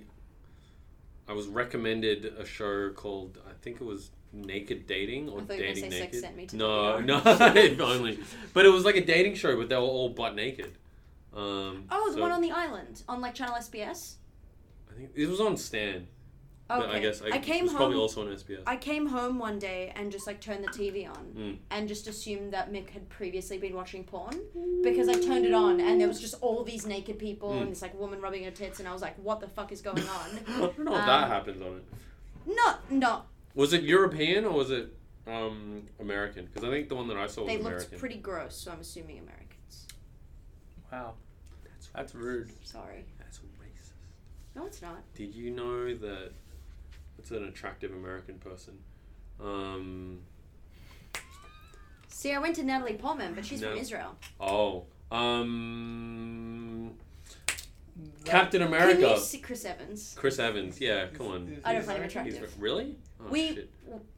I was recommended a show called I think it was Naked Dating or
I thought you were gonna
Dating
say Sex
Naked.
Sent Me to
no,
the
no,
Yard.
if only. But it was like a dating show, but they were all butt naked. Um,
Oh, the
so
one on the island on like Channel SBS.
I think it was on Stan.
Okay.
But I guess I, it
came
was probably
home.
also on SBS.
I came home one day and just like turned the TV on
Mm.
and just assumed that Mick had previously been watching porn because I turned it on and there was just all these naked people
Mm.
and this like woman rubbing her tits and I was like, what the fuck is going on?
I don't know if
Um,
that happened on it.
not, not.
Was it European or was it um, American? Because I think the one that I saw was
They
American.
looked pretty gross, so I'm assuming Americans.
Wow.
That's
That's rude.
Sorry.
That's racist.
No, it's not.
Did you know that it's an attractive American person? Um,
See, I went to Natalie Portman, but she's from
No.
Israel.
oh, um, Captain America,
Can you see Chris Evans?
Chris Evans. Yeah, come on.
I don't find him
He's,
attractive.
really? Oh,
we
shit.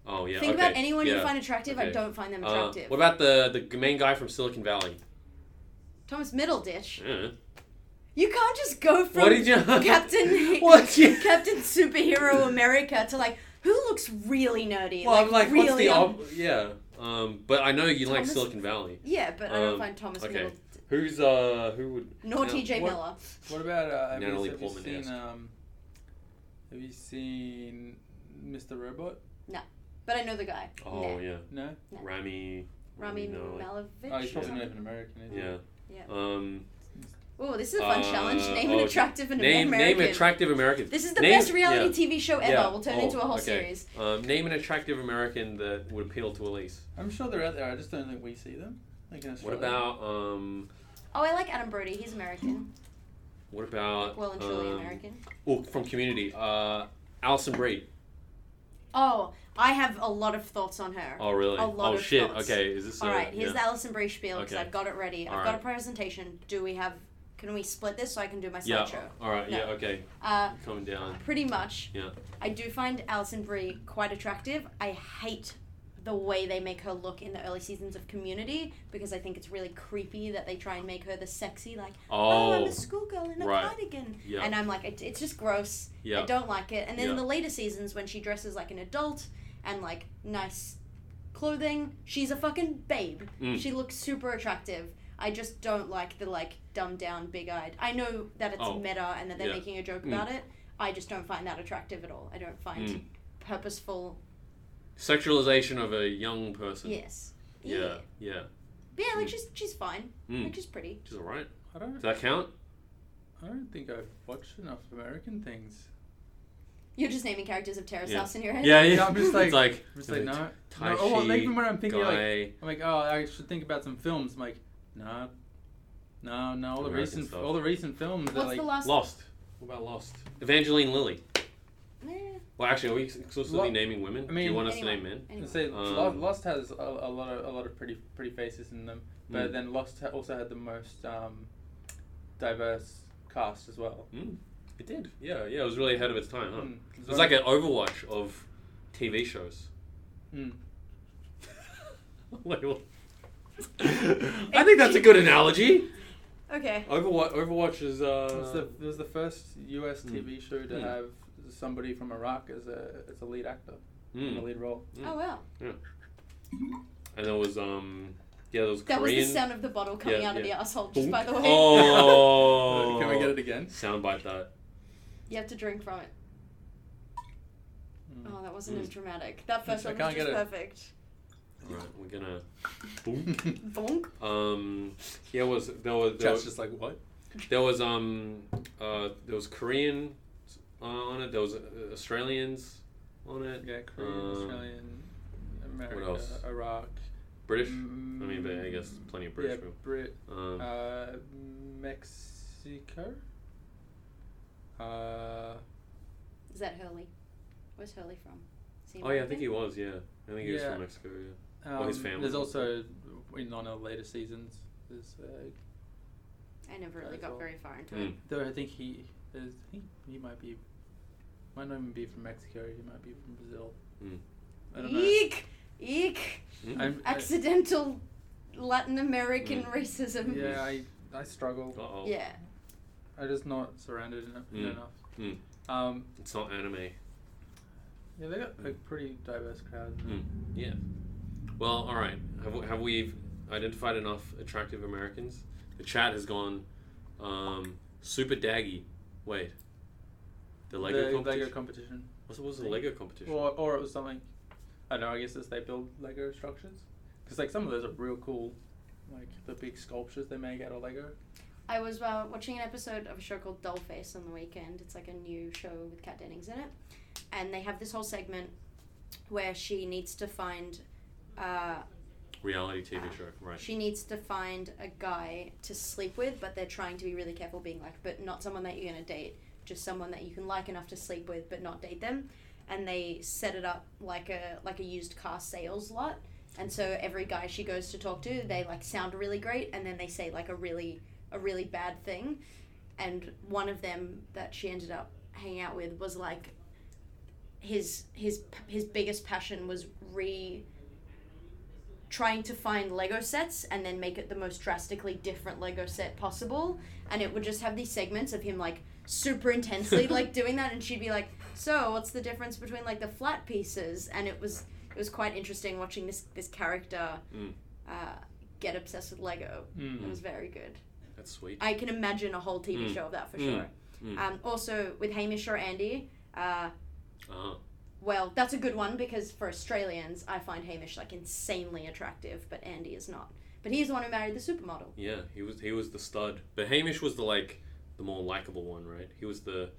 Oh yeah.
think
okay.
about anyone
yeah.
you find attractive. I
Okay.
don't find them
Uh,
attractive.
what about the the main guy from Silicon Valley?
Thomas Middleditch.
Yeah.
You can't just go from
What did you?
Captain
What? you-
Captain Superhero America to like who looks really nerdy.
Well, I'm like, what's
really
the
un-
ob- yeah? Um, but I know you like
Thomas-
Silicon Valley.
Yeah, but I don't
Um,
find Thomas
okay.
Middle
Who's uh? Who would?
nor
No,
T.J.
what-
Miller.
What about uh, have,
Natalie
you, have you
Portman-esque.
seen um, Have you seen Mr. Robot?
But I know the guy.
Oh
Nah.
yeah,
No.
No.
Rami.
Rami
no, like-
Malevich.
Oh, he's
or
probably not
something.
even American, is he?
Yeah.
Yeah.
Um,
Oh, this is a fun
Uh,
challenge. Name
oh,
an attractive and
name
American.
name attractive American.
This is the
Name-
best reality TV show ever.
Yeah.
We'll turn
Oh,
into a whole
okay.
series.
Um, name an attractive American that would appeal to Elise.
I'm sure they're out there. I just don't think we see them. Like in
What
Australia.
about um?
Oh, I like Adam Brody. He's American.
What about
Well and truly
um,
American.
Oh, from Community. Uh, Alison Brie.
Oh, I have a lot of thoughts on her.
Oh really?
A lot
oh
of
shit.
thoughts.
Okay, is this?
All
a-
right, here's
yeah.
the Alison Brie spiel because
Okay.
I've got it ready. I've
All
got a
right.
presentation. Do we have? Can we split this so I can do my
Yeah.
slideshow?
All right.
No.
Yeah. Okay.
Uh,
Coming down.
pretty much.
Yeah.
I do find Alison Brie quite attractive. I hate the way they make her look in the early seasons of Community because I think it's really creepy that they try and make her the sexy like, oh, I'm
Oh.
a schoolgirl in a
right.
cardigan,
Yeah.
and I'm like, it, it's just gross. I
yeah.
don't like it. And then in
Yeah.
the later seasons when she dresses like an adult and like nice clothing, she's a fucking babe.
Mm.
She looks super attractive. I just don't like the like dumbed down, big eyed. I know that it's
Oh.
meta and that they're
Yeah.
making a joke
Mm.
about it. I just don't find that attractive at all. I don't find
Mm.
purposeful.
Sexualization of a young person.
Yes.
Yeah. Yeah.
But yeah, like
Mm.
she's she's fine.
Mm.
Like she's pretty.
Which is alright.
I don't.
Does that count?
I don't think I've watched enough American things.
You're just naming characters of Terrace
Yeah.
House in your head.
Yeah. Yeah.
I'm just like-
it's like
I'm just like no.
Tai
no oh, well,
Chi
even when I'm thinking like
guy.
I'm like oh I should think about some films. I'm like No, no, no. All the
American
recent,
stuff.
all the recent films. They're like
What's the last?
Lost. What about Lost? Evangeline Lilly.
Eh,
Well, actually, are we exclusively
Lo-
naming women?
I mean-
Do you want us
Anyone.
to name men?
I'd
anyway.
say
Um,
Lo- Lost has a, a lot of a lot of pretty pretty faces in them, but
Mm.
then Lost ha- also had the most um, diverse cast as well.
Mm, it did. Yeah, yeah. It was really ahead of Uh-huh. its time, huh?
Mm.
It was like an Overwatch of TV shows.
Mm.
Wait, what? I think that's a good analogy.
Okay.
Overwatch. Overwatch is. Uh,
It was the it was the first U.S.
Mm.
TV show to
Mm.
have somebody from Iraq as a as a lead actor in
mm.
a lead role.
Mm.
Oh well.
And there was um. Yeah, there was
That was
Korean.
the sound of the bottle coming
Yeah,
out of the
yeah.
asshole. Just by the way,
Oh.
Can we get it again?
Soundbite that.
you have to drink from it.
Mm.
Oh, that wasn't
Mm.
as dramatic. That first
I
one was
can't
just
get it.
perfect.
All right, we're gonna. Boom.
Bonk.
Um. Yeah, it was there was there
Jeff's
was,
just like what?
there was um uh there was Korean on it. There was uh, Australians on it.
Yeah, Korean,
Um,
Australian, America,
else?
Iraq,
British. I
mm,
mean, but I guess plenty of British.
yeah, Brit,
people. Um,
uh, Mexico. Uh,
Is that Hurley? Where's Hurley from? Is he
oh yeah, I
American?
think he was. Yeah, I think he was
Yeah.
from Mexico. Yeah.
um,
his family.
There's also in honor of later seasons. There's uh,
I never really
Guys,
got
well.
very far into it.
Mm.
though I think he there's, I think he might be might not even be from Mexico. He might be from Brazil.
Mm.
I don't know.
Eek! Eek!
Mm.
I'm, I,
Accidental Latin American
Mm.
racism.
yeah, I I struggle.
Uh-oh.
Yeah.
I'm just not surrounded enough.
Mm.
enough.
Mm.
Um,
It's not anime.
yeah, they got a pretty diverse crowd.
Mm. Yeah. Well, all right. Have we, have we identified enough attractive Americans? The chat has gone um, super daggy. Wait. Hmm. The Lego
the
competition.
Lego competition.
What's- what was the Lego competition?
Or, or it was something. I don't know. I guess as they build Lego structures, because like some of those are real cool, like the big sculptures they make out of Lego.
I was uh, watching an episode of a show called Dollface on the weekend. It's like a new show with Kat Dennings in it. And they have this whole segment where she needs to find. Uh,
Reality TV show, right?
she needs to find a guy to sleep with, but they're trying to be really careful being like, but not someone that you're going to date, just someone that you can like enough to sleep with, but not date them. And they set it up like a like a used car sales lot. And so every guy she goes to talk to, they like sound really great, and then they say like a really a really bad thing. And one of them that she ended up hanging out with was like his his his biggest passion was re trying to find Lego sets and then make it the most drastically different Lego set possible. And it would just have these segments of him like super intensely like doing that and she'd be like, So what's the difference between like the flat pieces? And it was it was quite interesting watching this this character
Mm.
uh, get obsessed with Lego. It
Mm.
was very good.
That's sweet.
I can imagine a whole TV
Mm.
show of that for
Mm.
sure.
Mm.
Um, also with Hamish or Andy, uh,
Uh-huh.
well, that's a good one because for Australians, I find Hamish like insanely attractive, but Andy is not. But he's the one who married the supermodel.
Yeah, he was he was the stud, but Hamish was the like the more likable one, right? He was the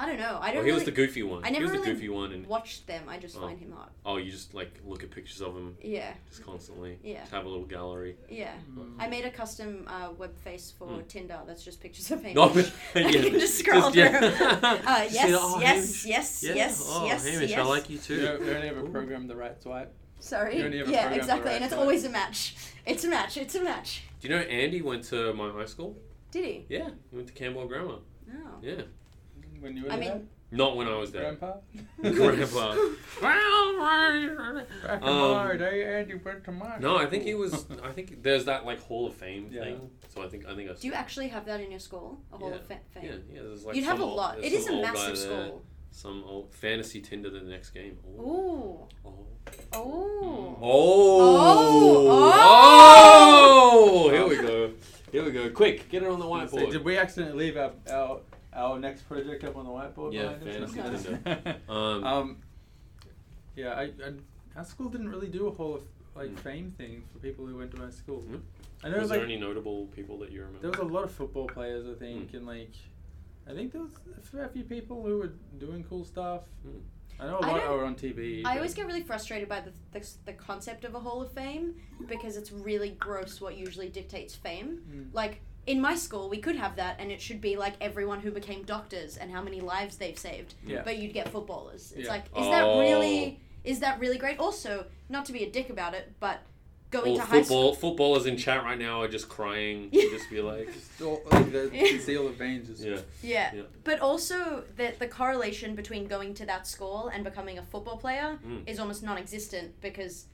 I don't know. I
well,
don't
Oh, he was
really
the goofy one.
I never
he was
really
the goofy one, and
watch them. I just
Oh.
find him hot.
oh, you just like look at pictures of him
Yeah,
just constantly.
yeah,
Just have a little gallery.
yeah.
Mm.
I made a custom uh, web face for
Mm.
Tinder. That's just pictures of Hamish.
No,
I
yeah,
can just scroll
yeah.
through. Uh,
Just
yes,
say, "Oh,
yes,
Hamish."
yes,
Yeah,
yes,
oh,
yes,
Hamish,
yes.
I like you too.
You, don't- you only ever
Ooh.
program the right swipe.
Sorry.
You only have a
Yeah,
program for
exactly.
that,
And it's
so-
always a match. It's a match. It's a match.
Do you know Andy went to my high school?
Did he?
Yeah, he went to Campbell Grammar.
No.
Yeah,
When you were
I
there,
mean-
not when I was there.
grandpa.
Grandpa.
Back in
Um,
my day,
eh,
Andy went to my
no, I think he
school.
was. I think there's that like Hall of Fame
Yeah.
thing. So I think I think I.
Do you actually have that in your school? A Hall
Yeah,
of Fa- Fame?
Yeah, yeah. There's like
You'd have a
some old-
lot.
there's
It is
some
a
old guy
massive
there,
school.
Some old fantasy Tinder the next game. Oh.
Ooh.
Oh. Mm-hmm.
Oh.
Oh.
Oh.
Here we go. Here we go. Quick, get it on the
Let's see,
whiteboard.
did we accidentally leave our, our our next project up on the whiteboard?
Yeah,
behind us?
fantasy
Um,
Um,
yeah, I, I, our school didn't really do a whole of, like
Mm.
fame thing for people who went to our school.
Mm.
I know
was
like
there any notable people that you remember? Hmm.
there was a lot of football players, I think, and like I think there was a fair few people who were doing cool stuff.
Hmm.
I know a
I
lot
don't-
were on TV.
I
but-
always get really frustrated by the, the, the concept of a Hall of Fame because it's really gross what usually dictates fame.
Mm.
Like, in my school, we could have that, and it should be like everyone who became doctors and how many lives they've saved.
Yeah.
But you'd get footballers. It's
Yeah.
like, is that
Oh.
really is that really great? Also, not to be a dick about it, but going
All
to high
football
school.
footballers in chat right now are just crying.
Yeah.
Just be like,
Just all, like, the, you can see all the veins. Just,
yeah,
Yeah.
Yeah.
But also the the correlation between going to that school and becoming a football player
Mm.
is almost non-existent because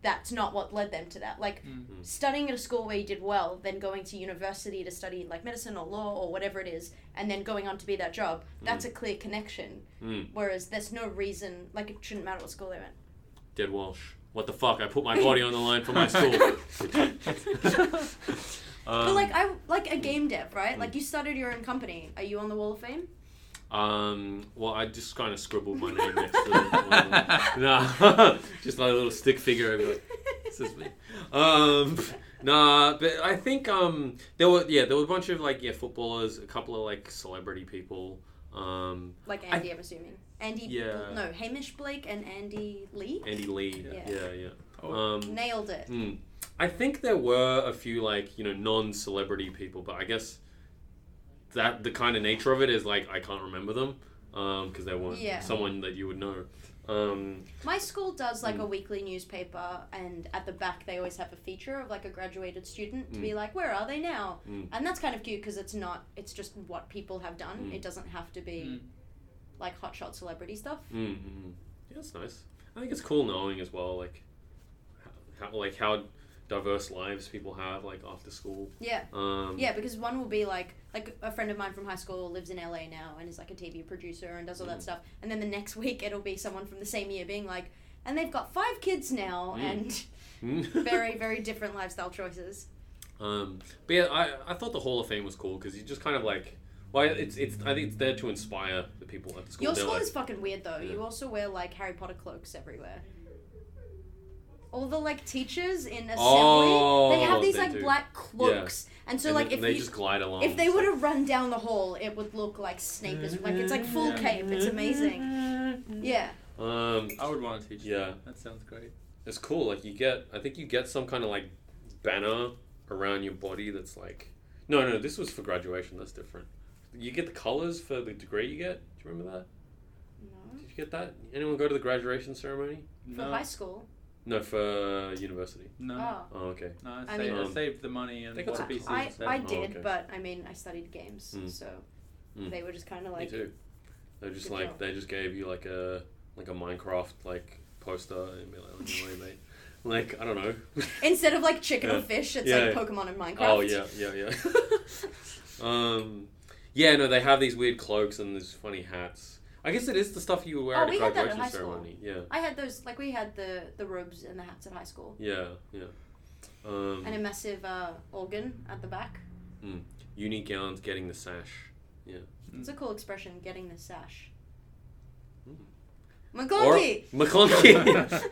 that's not what led them to that. Like
Mm.
Mm.
studying at a school where you did well, then going to university to study like medicine or law or whatever it is, and then going on to be that job, that's a clear connection.
Mm.
Whereas there's no reason like it shouldn't matter what school they went.
dead Walsh. What the fuck? I put my body on the line for my school.
But
um, Mm.
like I like a game dev, right? Like you started your own company. Are you on the wall of fame?
um, well, I just kind of scribbled my name next to it. Nah, just like a little stick figure. I'd be like, this is me. Um, nah, but I think um, there were yeah, there were a bunch of like yeah footballers, a couple of like celebrity people. Um,
like
I-
Andy, I, am assuming. Andy,
Yeah.
no, Hamish Blake and Andy Lee.
Andy Lee.
Yeah.
Yeah, yeah.
Oh,
Um,
Nailed it.
Mm. I think there were a few like you know non-celebrity people, but I guess that the kind of nature of it is like I can't remember them because they weren't
Yeah.
someone that you would know. Um,
My school does like a
Mm.
weekly newspaper, and at the back they always have a feature of like a graduated student to
Hmm.
be like, "Where are they now?"
Mm.
And that's kind of cute because it's not. It's just what people have done.
Mm.
It doesn't have to
Hmm.
be like hotshot celebrity stuff.
mm, mm, mm. Yeah, that's nice. I think it's cool knowing as well, like how, how like how diverse lives people have like after school.
Yeah.
Um,
Yeah, because one will be like like a friend of mine from high school lives in LA now and is like a TV producer and does all that
Mm.
stuff. And then the next week it'll be someone from the same year being like, and they've got five kids now
Mm.
and
mm.
very very different lifestyle choices.
Um, but yeah, I, I thought the Hall of Fame was cool because you just kind of like, well, it's it's I think it's there to inspire the people at the school.
Your
They're
school
like,
is fucking weird though.
Yeah.
You also wear like Harry Potter cloaks everywhere. All the like teachers in assembly, they
Oh,
have these
they
like
do.
black cloaks, and so
and
like
then
if
they
you,
just glide along,
if they
so-
would have run down the hall, it would look like Snape is like it's like full
Yeah.
cape. It's amazing. Yeah.
Um,
Hmm. I would want to teach.
yeah,
That sounds great.
it's cool. Like you get, I think you get some kind of like banner around your body that's like, no, no, this was for graduation. That's different. You get the colors for the degree you get. Do you remember that?
No.
Did you get that? Anyone go to the graduation ceremony?
For
No,
high school.
No, for university.
no,
Oh.
Oh, okay.
no. I,
I
saved,
mean-
I saved the money and
They got
bought
some
PCs.
I,
instead.
I
Oh,
did,
okay.
but I mean, I studied games,
Mm.
so
Mm.
they were just kind of
Me
like,
too. They just
Good
like
job.
they just gave you like a like a Minecraft like poster and be like, "Oh, don't worry, mate. Like I don't know.
instead of like chicken
Yeah.
or fish, it's
Yeah,
like Pokemon and Minecraft.
Oh yeah, yeah, yeah. um, yeah, no, they have these weird cloaks and these funny hats. I guess it is the stuff you would wear
Oh,
at a
we had that at
graduation
high school.
ceremony. Yeah,
I had those, like we had the the robes and the hats at high school,
yeah, yeah. Um,
and a massive uh, organ at the back.
uni gowns, getting the sash, Hmm.
It's a
Mm.
cool expression, getting the sash.
Mm.
McConkey.
or McClunky.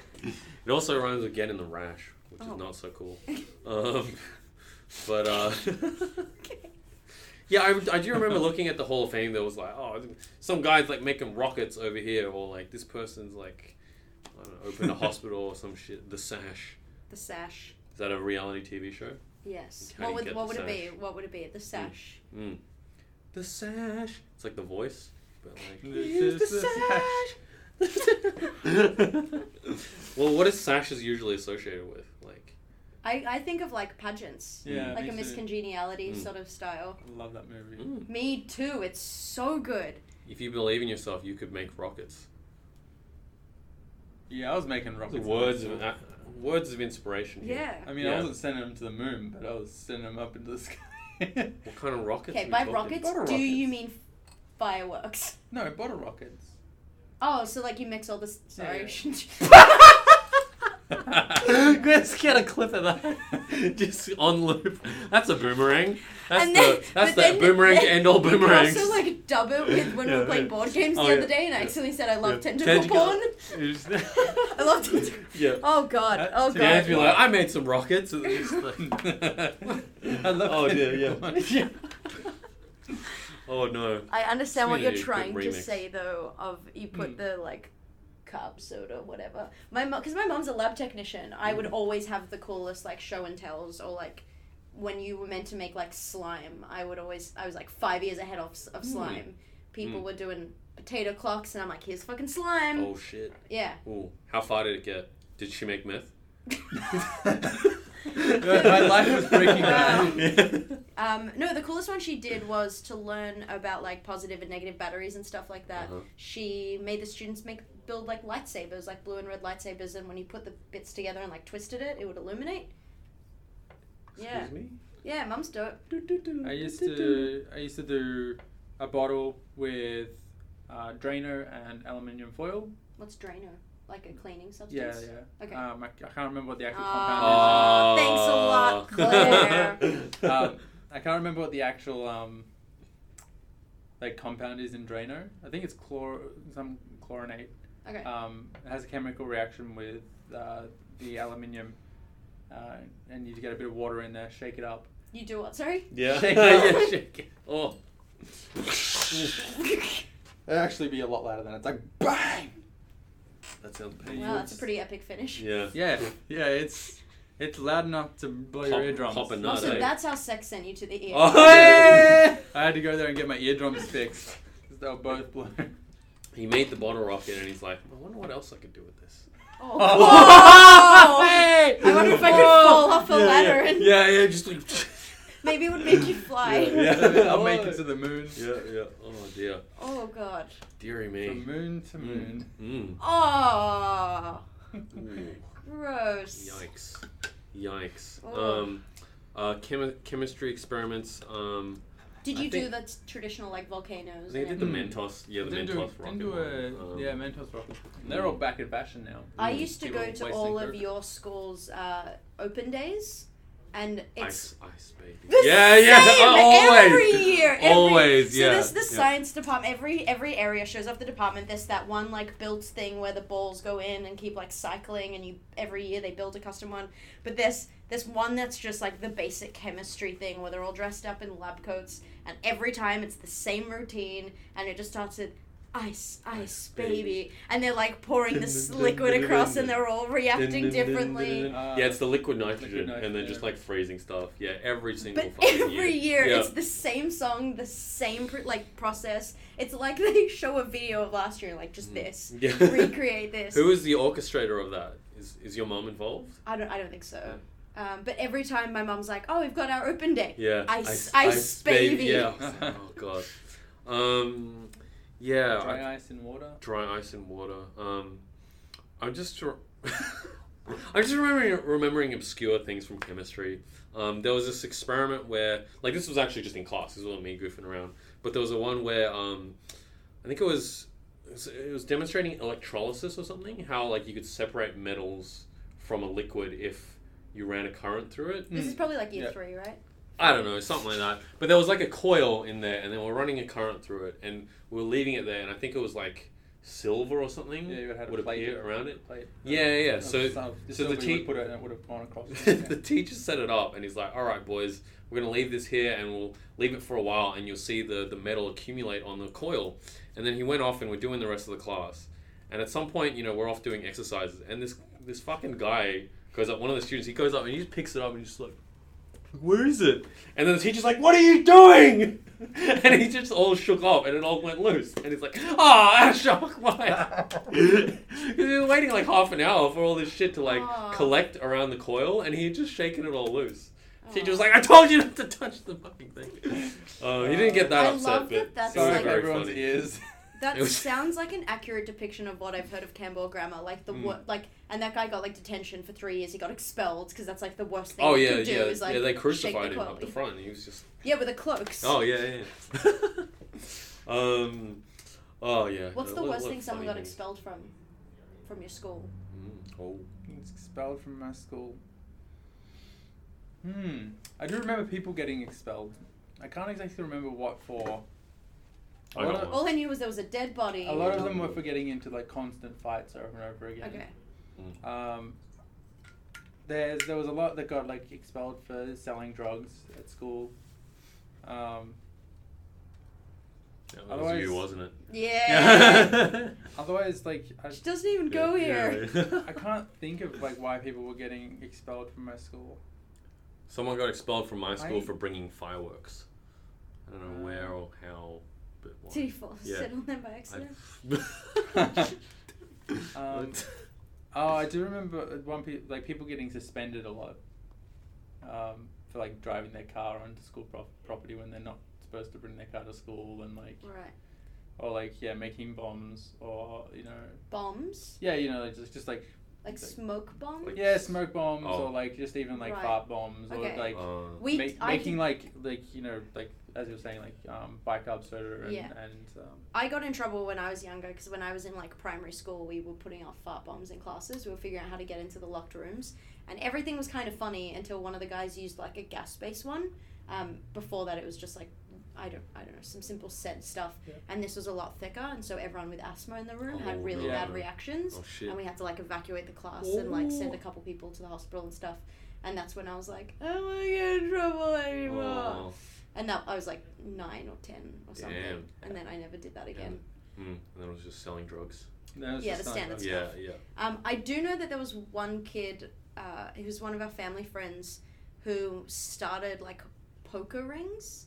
it also rhymes with getting the rash, which
Oh.
is not so cool. Um, but uh, yeah, I, I do remember looking at the Hall of Fame. That was like, oh, some guy's like making rockets over here, or like this person's like, I don't know, opened a hospital or some shit. The Sash.
the sash.
Is that a reality TV show?
Yes.
How do
What
you
would
get
what
the
would it
sash?
be? What would it be? The sash.
Mm. The Sash. It's like The Voice, but like
This
"Use
is
the
the
sash. well, what is sashes usually associated with? Like,
I, I think of like pageants,
yeah,
like a
me too.
miscongeniality
Mm.
sort of style.
I love that movie.
mm.
Me too. It's so good.
If you believe in yourself, you could make rockets.
Yeah, I was making rockets.
Words of uh, words of inspiration. here.
Yeah.
I mean,
Yeah.
I wasn't sending them to the moon, but I was sending them up into the sky.
What kind of rockets?
Okay,
are we
by
talking?
rockets,
Bottle
do you
rockets.
mean fireworks?
no, bottle rockets.
Oh, so like you mix all this. Sorry.
Let's get a clip of that. Just on loop. That's a boomerang. That's
And then-
the that's
but
the
then-
boomerang to end all
You could
boomerangs.
also like dub it with when we
Yeah,
were playing
yeah.
board games the
Oh,
other
yeah,
day, and I
yeah.
accidentally said I love
Yeah.
tentacle
Tentacle.
porn. I
I
love tentacle.
Yeah.
Oh god.
That's-
Oh
to
god.
be
Yeah, I'd be like, I made some rockets. And it's just like-
I love
oh dear,
tentacle
yeah.
porn.
Oh, Oh no.
I understand what you're
Really good
trying to
remix.
say though. Of you
Mm.
put the like carb soda, whatever. My mom, because my mom's a lab technician. I would always have the coolest like show and tells or like when you were meant to make like slime. I would always I was like five years ahead of s- of
Mm.
slime. People
Mm.
were doing potato clocks, and I'm like, here's fucking slime.
Oh shit.
Yeah.
Ooh, how far did it get? Did she make meth?
My life was breaking
down.
Yeah.
Um, no, the coolest one she did was to learn about like positive and negative batteries and stuff like that.
Uh-huh.
She made the students make build like lightsabers, like blue and red lightsabers, and when you put the bits together and like twisted it, it would illuminate. Yeah,
Excuse me?
yeah, mum's dope.
I used to I used to do a bottle with uh, Drano and aluminium foil.
What's Drano? Like a cleaning
Yeah,
substance.
yeah.
Uh,
Okay.
Um, I, I can't remember what the actual compound
Ah, thanks a lot, Claire.
is. Um, I can't remember what the actual um, like compound is in Drano. I think it's chlor some chlorinate.
Okay.
uh,
Um, it has a chemical reaction with uh, the aluminium, uh, and you get a bit of water in there, shake it up.
you do what? Sorry.
yeah.
Shake it up.
yeah, shake it. Oh.
It'd actually be a lot louder than it's like bang.
That sounds painful.
Wow, that's a pretty epic finish.
Yeah.
Yeah, yeah, it's it's loud enough to blow your
Pop-
eardrums.
pop a
Oh,
nut,
so
eh?
that's how sex sent you to the E ear.
Oh,
I had to go there and get my eardrums fixed. 'cause They were both blown.
He made the bottle rocket and he's like, I wonder what else I could do with this.
Oh.
Oh. Hey!
I wonder if I could
Whoa!
fall off a
yeah,
ladder
yeah.
and
Yeah, yeah, just like.
maybe it would make you fly.
Yeah.
I'll make it to the moon.
yeah, yeah. Oh, dear.
Oh god.
Deary
From
me.
moon to
Mm.
moon.
Mm.
Oh,
Ooh.
gross.
Hmm. Yikes. Yikes.
Oh.
Um, uh, chemi- chemistry experiments. Um,
Did
I
you do
think-
the t- traditional like volcanoes?
I think I did
and
the
Mm.
Mentos. Yeah, the
Didn't do-
Mentos
didn't
rocket.
do
one.
a-
Um,
yeah, Mentos rocket. They're all back in fashion now.
I used to
People
go to
wasting
all of
Coke.
your school's uh, open days, and
Ice,
it's
ice baby.
the
yeah,
same
yeah. always.
every year. Every,
Always,
so
yeah,
this the
yeah.
science department. Every every area shows off the department. There's that one like built thing where the balls go in and keep like cycling, and you every year they build a custom one. But there's there's one that's just like the basic chemistry thing where they're all dressed up in lab coats, and every time it's the same routine, and it just starts with ice, ice, baby, and they're like pouring this liquid across, and they're all reacting differently.
Uh,
yeah, it's the liquid nitrogen, and they're
nitrogen,
just
yeah.
like freezing stuff. Yeah, every single.
But
fucking
every year,
Yeah.
it's the same song, the same pr- like process. It's like they show a video of last year, like just
Mm.
this,
Yeah.
recreate this.
Who is the orchestrator of that? Is is your mom involved?
I don't, I don't think so. Um, but every time my mum's like, "Oh, we've got our open day."
Yeah.
Ice- ice baby.
Yeah. oh god. Um, yeah. I-
Dry ice and water.
dry ice and water. Um, I'm just. Re- I'm just remembering remembering obscure things from chemistry. Um, there was this experiment where, like, this was actually just in class. This wasn't me goofing around. But there was a one where, um, I think it was, it was- it was demonstrating electrolysis or something. How like you could separate metals from a liquid if you ran a current through it.
This is probably like year
Yeah.
three, right?
I don't know, something like that. But there was like a coil in there, and they were running a current through it, and we were leaving it there, and I think it was like silver or something
Yeah, you would have
would
a plate.
appear around it.
Plate.
Yeah, yeah. yeah.
Of
So
stuff. Just
so the
nobody would
tea-
put it and it would have gone across.
the teacher set it up, and he's like, "All right, boys, we're gonna leave this here, and we'll leave it for a while, and you'll see the the metal accumulate on the coil." And then he went off, and we're doing the rest of the class. And at some point, you know, we're off doing exercises, and this this fucking guy goes up. One of the students, he goes up and he just picks it up and he's just like. Where is it? And then the teacher's like, "What are you doing?" And he just all shook off, and it all went loose. And he's like, "Ah, Ashok, why?" Because we were waiting like half an hour for all this shit to like
Aw.
collect around the coil, and he had just shaken it all loose. Teacher was
Oh.
like, "I told you not to touch the fucking thing." Uh, he didn't get that
I
upset,
love
but
that that's
it was
Sorry
like-
for
very
everyone's
funny.
ears.
That
It was-
sounds like an accurate depiction of what I've heard of Campbell grammar. Like the
Mm.
wor- like, and that guy got like detention for three years. He got expelled because that's like the worst thing
Oh
you
yeah,
could do.
yeah,
is, like,
yeah. They
shake the
crucified him
coil.
up the front. He was just,
Yeah, with the cloaks.
oh yeah, yeah. yeah. um, oh yeah.
What's
Uh,
the
what-
worst
what
thing someone got
funny things.
expelled from? From your school?
Mm, oh.
It's expelled from my school. Hmm. I do remember people getting expelled. I can't exactly remember what for. A
I
lot
got
of-
one.
All I knew was there was a dead body.
A lot of them were for getting into like constant fights over and over again.
Okay.
mm.
Um, there's there was a lot that got like expelled for selling drugs at school. Um,
That was
Otherwise-
you, wasn't it?
Yeah.
Otherwise, like I,
she doesn't even go here.
I can't think of like why people were getting expelled from my school.
Someone got expelled from my school
I-
for bringing fireworks. I don't know where or how, but why.
Did he fall
Yeah.
sit on them by
I-
accident?
Um, oh, I do remember at one pe- like people getting suspended a lot um, for like driving their car onto school prop property when they're not supposed to bring their car to school and like
Right.
or like yeah making bombs or you know
Bombs?
yeah you know like, just just like
Like
Like-
smoke bombs?
Like-
yeah smoke bombs
Oh.
or like just even like
Right.
fart bombs
Okay.
or like
Uh,
we
ma-
I
making
did-
like like you know like as you were saying like um, bicarb soda and,
Yeah.
and um,
I got in trouble when I was younger because when I was in like primary school, we were putting out fart bombs in classes. We were figuring out how to get into the locked rooms, and everything was kind of funny until one of the guys used like a gas based one. Um, before that, it was just like I don't I don't know some simple said stuff,
Yeah.
and this was a lot thicker, and so everyone with asthma in the room
Oh,
had really
no.
bad reactions,
oh shit.
and we had to like evacuate the class and like send a couple people to the hospital and stuff. And that's when I was like, I don't want to get in trouble anymore.
Oh,
And that I was like nine or ten or something,
Damn.
and then I never did that again.
mm, and then it was just selling drugs.
that was
Yeah,
just
the
not-
standards. That's
yeah, yeah.
Um, I do know that there was one kid uh, who was one of our family friends who started like poker rings,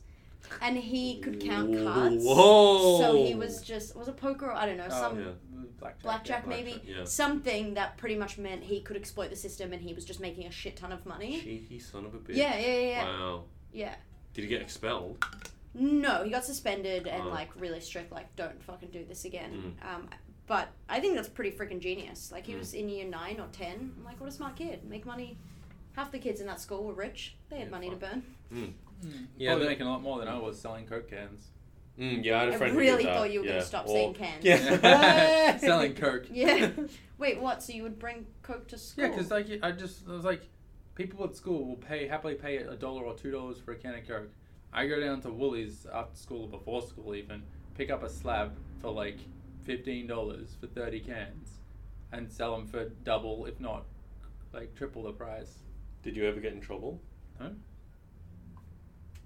and he could count cards.
Whoa.
So he was just was it poker? Or, I don't know
Um,
some
Oh. yeah.
blackjack,
blackjack
yeah.
maybe
Blackjack, yeah.
something that pretty much meant he could exploit the system, and he was just making a shit ton of money.
cheeky son of a bitch.
Yeah, yeah, yeah, yeah.
Wow.
yeah.
Did he get expelled?
No, he got suspended and
Oh.
like really strict, like don't fucking do this again.
Mm.
Um, but I think that's pretty freaking genius. Like he
Mm.
was in year nine or ten. I'm like, what a smart kid. Make money. Half the kids in that school were rich. They had
Yeah,
money to
fuck.
burn.
Hmm.
Mm.
Yeah,
Probably
the-
making a lot more than I was selling coke cans.
Mm, yeah, I had a
I
friend who
really
did that.
thought you were
yeah.
gonna stop
or,
saying cans.
Yeah.
selling coke.
Yeah. Wait, what? So you would bring coke to school?
yeah, because like I just I was like, people at school will pay happily pay a dollar or two dollars for a can of coke. I go down to Woolies after school or before school even, pick up a slab for like fifteen dollars for thirty cans, and sell them for double if not like triple the price.
Did you ever get in trouble?
No.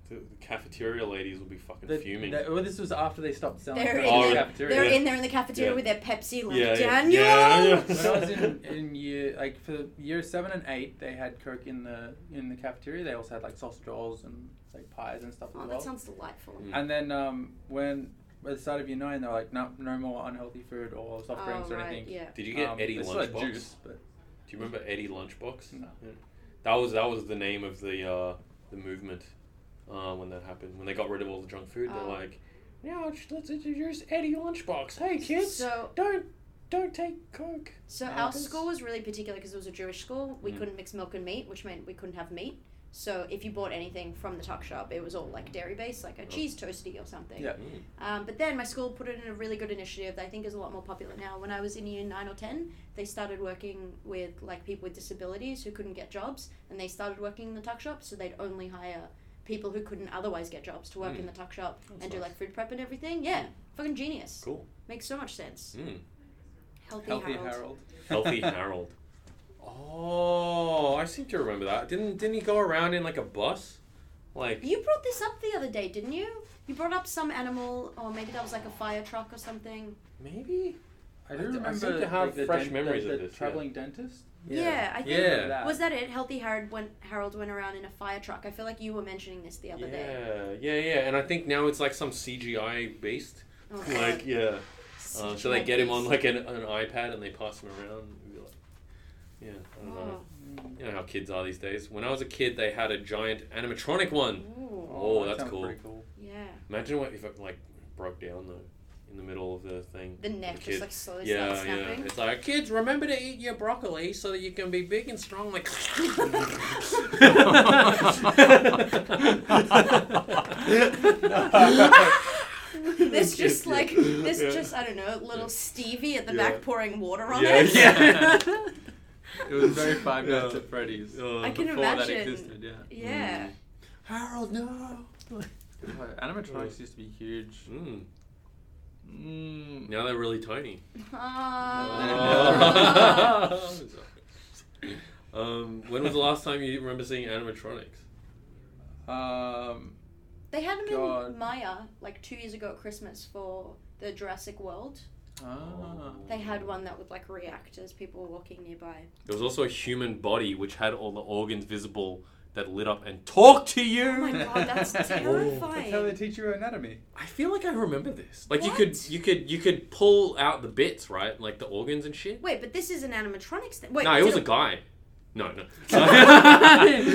The, the cafeteria ladies will be fucking
The-
fuming.
the- well, this was after they stopped selling.
They're
coke
in
the
there-
cafeteria.
they're
Yeah.
in there in the cafeteria
Yeah.
with their Pepsi, like
Yeah, yeah.
Daniel.
Yeah, yeah.
when I was in, in year like for year seven and eight, they had Coke in the in the cafeteria. They also had like sausage rolls and like pies and stuff
Oh,
as well.
that sounds delightful.
Mm.
and then um, when at the start of year nine, they were like, no, no more unhealthy food or soft
Oh,
drinks or
right,
anything.
yeah.
Did you get
Um,
Eddie
they still had
lunchbox?
juice, but
Do you remember Eddie Lunchbox?
no.
That was that was the name of the uh, the movement uh, when that happened. When they got rid of all the junk food,
Oh.
they're like, now it's- let's introduce Eddie Lunchbox. Hey kids,
So
don't don't take coke.
So
Yeah,
our
I think
school was really particular because it was a Jewish school. We
Mm.
couldn't mix milk and meat, which meant we couldn't have meat. So if you bought anything from the tuck shop, it was all like dairy based, like a cheese toastie or something.
Yeah.
Mm.
Um, but then my school put in a really good initiative that I think is a lot more popular now. When I was in year nine or ten, they started working with like people with disabilities who couldn't get jobs, and they started working in the tuck shop. So they'd only hire people who couldn't otherwise get jobs to work
Mm.
in the tuck shop
That's
and do
nice.
like food prep and everything. Yeah, fucking genius.
Cool.
Makes so much sense.
Mm.
Healthy,
Healthy
Harold.
Harold.
Healthy Harold. Oh, I seem to remember that. Didn't didn't he go around in like a bus? Like
You brought this up the other day, didn't you? You brought up some animal, or maybe that was like a fire truck or something.
maybe?
I
I
do
seem
remember
to have
like, the
fresh
dent-
memories
the,
of
the
this, yeah.
traveling dentist.
Yeah, I think.
Yeah.
That.
Was that it? Healthy Harold went. Harold went around in a fire truck. I feel like you were mentioning this the other day.
Yeah, yeah, yeah. And I think now it's like some CGI based.
Oh,
Like yeah.
God.
Uh, so they get him on like an, an iPad and they pass him around. And be like, yeah, I don't know.
Oh.
Mm.
You know how kids are these days. When I was a kid, they had a giant animatronic one.
Ooh,
Oh,
that
that's
sounds
cool.
pretty cool.
Yeah.
Imagine what if it like broke down though, in the middle of the thing.
The neck
kid.
just like slowly
Yeah,
starts
yeah.
snapping.
It's like kids, remember to eat your broccoli so that you can be big and strong. Like.
There's just
Yeah.
like there's
Yeah.
just I don't know little Stevie at the
Yeah.
back pouring water on
Yeah,
it.
yeah.
It was very Five Nights
Yeah.
at Freddy's.
Uh,
I can
before
imagine.
that existed, yeah.
yeah.
Harold, no.
God, Animatronics used to be huge.
Mm,
Mm.
now they're really tiny.
Mm. Ah.
Oh. um, when was the last time you remember seeing animatronics?
Um,
They had them
God.
in Maya like two years ago at Christmas for the Jurassic World.
Ah.
They had one that would like react as people were walking nearby.
There was also a human body which had all the organs visible that lit up and talked to you.
Oh my god, that's
Whoa.
That's how they
terrifying.
teach you anatomy.
I feel like I remember this. Like you
What?
could you could you could pull out the bits, right? Like the organs and shit.
Wait, but this is an animatronics thing. Wait,
no, it was a
dude,
guy. No, no. he
He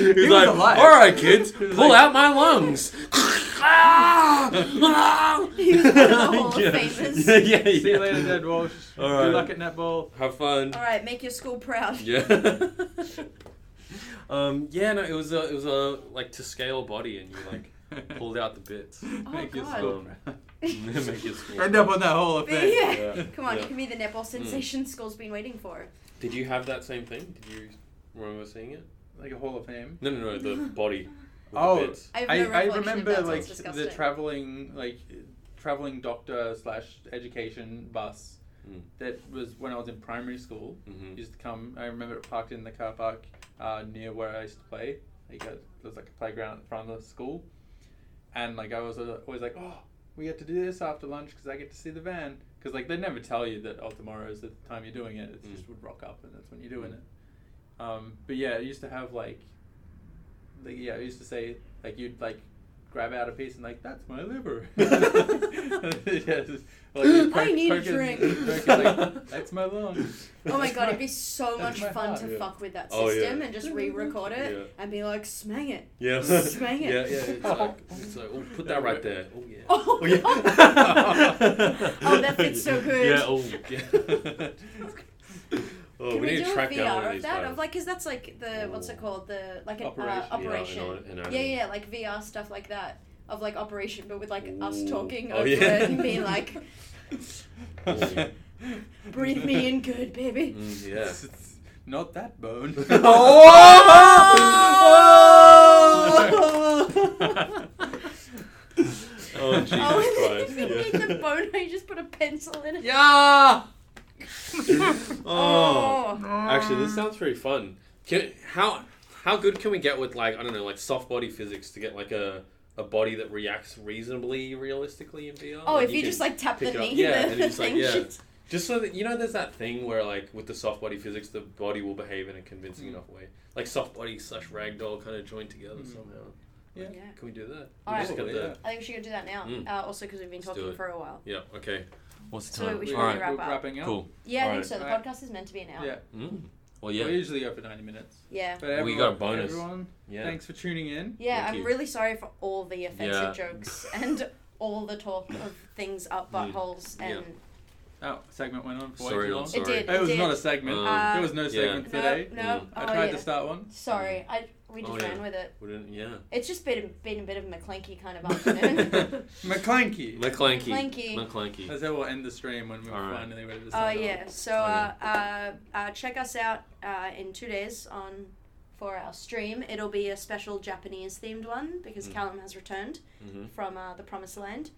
was
was
like,
alive.
all right, kids,
He was
pull
like-
out my lungs. Ah! Ah!
He was one of the Hall of
Yeah.
Famers.
Yeah, yeah,
See you
yeah.
later, Dad Walsh.
All right.
Good luck at netball.
Have fun.
All right, make your school proud.
Yeah. um, yeah, no, it was a, it was a like to scale body, and you like pulled out the bits.
Make your
Oh, God.
school
Make it small.
proud. Mm. End up on that hall of
Yeah.
fame.
Yeah.
Come on,
Yeah.
give me the netball sensation school's been waiting for.
Did you have that same thing? Did you remember seeing it?
Like a hall of fame.
No, no, no. The body. With
Oh.
The bits.
I have no
I, I
recollection of
remember
that, so
like
it's disgusting.
the traveling like traveling doctor slash education bus
Mm.
that was when I was in primary school.
Mhm.
Used to come. I remember it parked in the car park uh, near where I used to play. Like uh, there was like a playground in front of the school, and like I was uh, always like, oh, we get to do this after lunch because I get to see the van. Because like they never tell you that oh tomorrow is the time you're doing it. It
Mm.
just would rock up and that's when you're doing it. Um, but yeah, it used to have like, like yeah, it used to say like you'd like grab out a piece and like that's my liver. Yes. Or, like, you'd
I need a
it-
drink.
poke it, like, that's my lung.
Oh my
That's
god,
my-
it'd be so
that's
much
my
fun
heart,
to
yeah.
fuck with that
Oh, yeah.
system and just re-record it
Yeah.
and be like, smang it.
Yeah.
Swing it.
Yeah, yeah. It's like, it's like, oh, put that right there. Oh yeah.
Oh,
yeah.
Oh, that fits so good.
Yeah. Oh yeah. oh,
Can
we,
we,
need
do
to track
a
down one
VR
of
of,
these
that?
guys.
Of like, cause that's like the what's it
Ooh.
called? The like an
Operation.
Uh,
Yeah,
operation.
an o- an
yeah,
anatomy.
yeah, like VR stuff like that of like operation, but with like us
Ooh.
talking
Oh,
over
yeah.
it and being like, "Breathe me in good, baby."
Mm, yeah.
It's, it's not that bone.
Oh! oh Jesus
oh,
Christ!
and then if you need the bone, you just put a pencil in it.
Yeah. oh.
Oh.
Actually, this sounds pretty fun. Can, how how good can we get with like I don't know like soft body physics to get like a a body that reacts reasonably realistically in VR?
Oh, if you,
can-
just like tap the
pick it up.
knee,
Yeah,
the,
and it's like,
thing
yeah.
shoots.
just so that you know, there's that thing where like with the soft body physics, the body will behave in a convincing
Hmm.
Mm.
enough way, like soft body slash ragdoll kind of joined together
Mm.
somehow.
Yeah.
Yeah.
Can we do that?
All right.
Just get
Yeah.
the-
I think we should go do that now.
Mm.
Uh, also, because we've been
Let's do
talking
it.
for a while.
yeah. Okay. What's
So we should
All right.
really wrap
We're
up.
wrapping up.
Cool.
Yeah, I
All
think
right.
so. The
All right.
podcast is meant to be an hour.
Yeah.
Mm. Well,
We
yeah.
usually go for 90 minutes.
Yeah.
But
We
everyone,
got a bonus.
Everyone,
Yeah.
thanks for tuning in.
Yeah,
Thank
I'm
you.
really sorry for all the
Yeah.
offensive jokes and all the talk of things up
Mm.
buttholes
Yeah.
and
Oh, segment went on for way
Sorry,
too
not
long.
sorry.
it did.
It was
did.
not a segment.
Um,
there was no
yeah.
segment today.
No, no.
Mm.
Oh,
I tried
yeah.
to start one.
Sorry, I we just
Oh, yeah.
ran with it.
Wouldn't yeah.
It's just been been a bit of a McClanky kind of afternoon.
McClanky.
McClanky.
McClanky.
McClanky.
As that will end the stream when we're
All right.
finally ready to
Oh
sign
yeah. So uh, uh, uh, check us out uh, in two days on for our stream. It'll be a special Japanese themed one because
Mm.
Callum has returned
Mhm.
from uh, the Promised Land.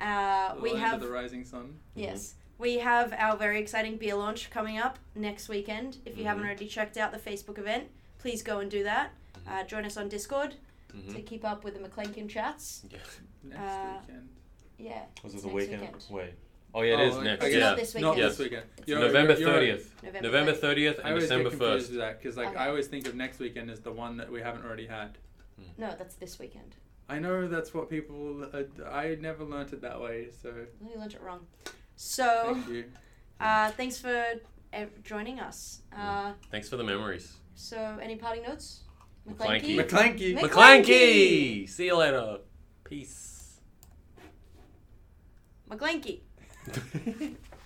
Uh,
off. The
we
land
have
Oh, of the rising sun.
Mm-hmm.
Yes. We have our very exciting beer launch coming up next weekend. If you haven't
Mhm.
already checked out the Facebook event, please go and do that. Uh, join us on Discord
Mhm.
to keep up with the McClankin chats.
Yeah.
Next
Uh,
weekend.
Yeah.
Was
it's
it the
next
weekend?
weekend.
Wait. Oh yeah, it
Oh,
is
okay.
next.
It's
Okay.
Yeah.
not this
Not
weekend.
this
Yes.
weekend.
It's
You're-
November
you're- you're-
thirtieth.
November,
November
3rd.
thirtieth
I
and
always
December
get confused
first.
with that because like
Okay.
I always think of next weekend as the one that we haven't already had.
No, that's this weekend.
I know that's what people. Uh, I never learnt it that way, so
You learned it wrong. So,
thank you.
uh, thanks for ev- joining us. Uh,
Thanks for the memories.
so, any parting notes?
McClanky.
McClanky.
McClanky? Mc-
McClanky. See you later. Peace.
McClanky.